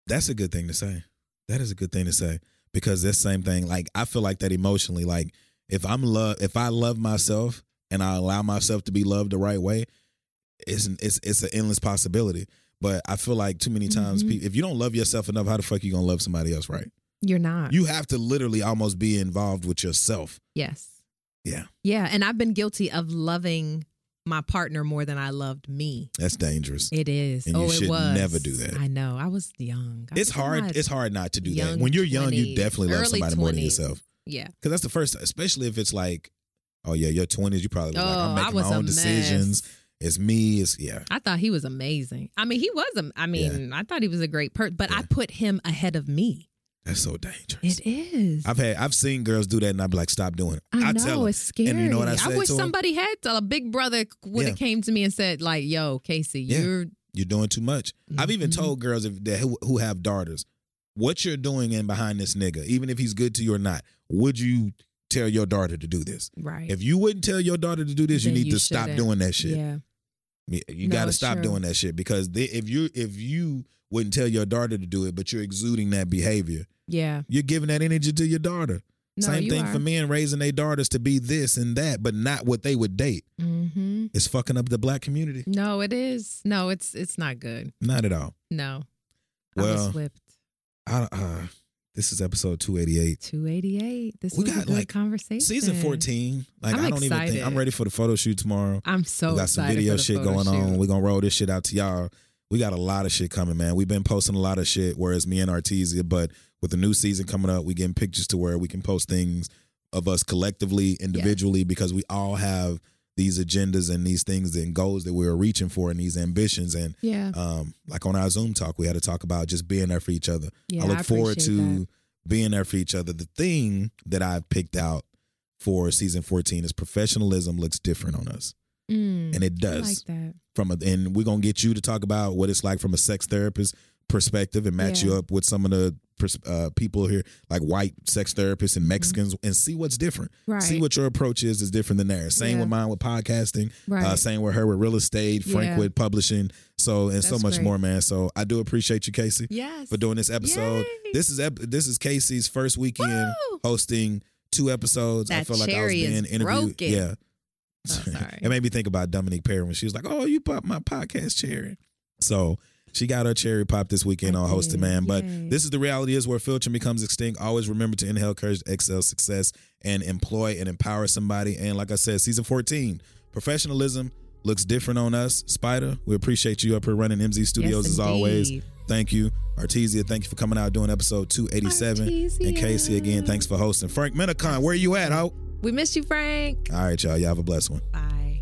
C: That's a good thing to say. That is a good thing to say because that same thing. Like I feel like that emotionally. Like if I'm love, if I love myself and I allow myself to be loved the right way, it's an, it's it's an endless possibility. But I feel like too many times,
D: Mhm.
C: people, if you don't love yourself enough, how the fuck you gonna love somebody else? Right?
D: You're not.
C: You have to literally almost be involved with yourself.
D: yes.
C: Yeah.
D: Yeah. And I've been guilty of loving my partner more than I loved me.
C: That's dangerous.
D: It is.
C: And you
D: oh,
C: should
D: it was.
C: never do that.
D: I know. I was young. I
C: It's
D: was in my-
C: hard. It's hard not to do that.
D: young
C: When you're young, you
D: 20s,
C: definitely love
D: early
C: somebody more than
D: 20s.
C: yourself.
D: yeah.
C: Because that's the first, especially if it's like, oh yeah, your twenties, you probably was like,
D: Oh,
C: I'm
D: I
C: making
D: was
C: my
D: a
C: own
D: mess.
C: decisions. It's me. It's yeah.
D: I thought he was amazing. I mean, he was. am- I mean, I thought he was a great person, but I
C: Yeah.
D: put him ahead of me.
C: That's so dangerous.
D: It is.
C: I've had, I've seen girls do that, and I'd be like, stop doing it.
D: I know
C: tell 'em.
D: it's scary.
C: And you know what I said
D: wish
C: to him?
D: somebody had to, a big brother would
C: Yeah.
D: have came to me and said like, "Yo, Casey,
C: Yeah.
D: you're
C: you're doing too much. I've even
D: Mhm.
C: told girls if that who, who have daughters, what you're doing in behind this nigga, even if he's good to you or not, would you tell your daughter to do this?
D: right."
C: If you wouldn't tell your daughter to do this, you
D: Then
C: need
D: you
C: to stop
D: shouldn't.
C: doing that shit.
D: Yeah,
C: Yeah, You
D: No,
C: got to
D: it's
C: stop
D: true.
C: doing that shit because they, if you if you wouldn't tell your daughter to do it, but you're exuding that behavior,
D: yeah.
C: you're giving that energy to your daughter.
D: No,
C: Same
D: you
C: thing
D: are.
C: for men raising their daughters to be this and that, but not what they would date.
D: Mm-hmm.
C: It's fucking up the black community.
D: No, it is. No, it's it's not good.
C: Not at all.
D: No, I
C: Well,
D: was whipped.
C: I, uh, this is episode 288.
D: Two eighty eight. This
C: We
D: was
C: got,
D: a good
C: like,
D: conversation.
C: Season 14. Like,
D: I'm
C: I don't even think
D: excited.
C: I'm ready for the photo shoot tomorrow.
D: I'm so
C: we got some
D: excited
C: video
D: for the
C: shit
D: photo
C: going
D: shoot.
C: on. We're going to roll this shit out to y'all. We got a lot of shit coming, man. We've been posting a lot of shit, whereas me and Artesia, but with the new season coming up, we getting pictures to where we can post things of us collectively, individually, because we all have these agendas and these things and goals that we are reaching for and these ambitions. And
D: Yeah,
C: um, like on our Zoom talk, we had to talk about just being there for each other.
D: yeah.
C: I look forward to
D: appreciate that.
C: being there for each other. The thing that I've picked out for season 14 is professionalism looks different on us.
D: Mm,
C: And it
D: I
C: does
D: like that.
C: from a, and we're gonna get you to talk about what it's like from a sex therapist perspective and match
D: Yeah.
C: you up with some of the pers- uh, people here like white sex therapists and Mexicans and see what's different.
D: Mm-hmm. Right.
C: See what your approach is is different than theirs. Same
D: Yeah.
C: with mine with podcasting.
D: right.
C: Uh, same with her with real estate. Frank
D: Yeah.
C: with publishing. So and so
D: That's
C: much
D: great.
C: more, man. So I do appreciate you, Casey,
D: yes.
C: for doing this episode.
D: Yay.
C: This is ep- this is Casey's first weekend
D: Woo!
C: hosting two episodes. I
D: That
C: felt like I was
D: cherry
C: being
D: is
C: interviewed.
D: broken.
C: Yeah.
D: Oh, sorry.
C: it made me think about Dominique Perry when she was like, "Oh, you popped my podcast cherry." So She got her cherry pop this weekend
D: I
C: on Host
D: did.
C: Demand. But
D: Yay.
C: this is the reality is where filtering becomes extinct. Always remember to inhale courage, to excel success, and employ and empower somebody. And like I said, season 14, professionalism looks different on us. Spider, we appreciate you up here running MZ Studios as always.
D: indeed.
C: Thank you. Artesia, thank you for coming out doing episode 287. And
D: Artesia.
C: Casey again, thanks for hosting. Frank Minicon, where you at, ho?
D: We missed you, Frank.
C: All right, y'all. Y'all have a blessed one.
D: Bye.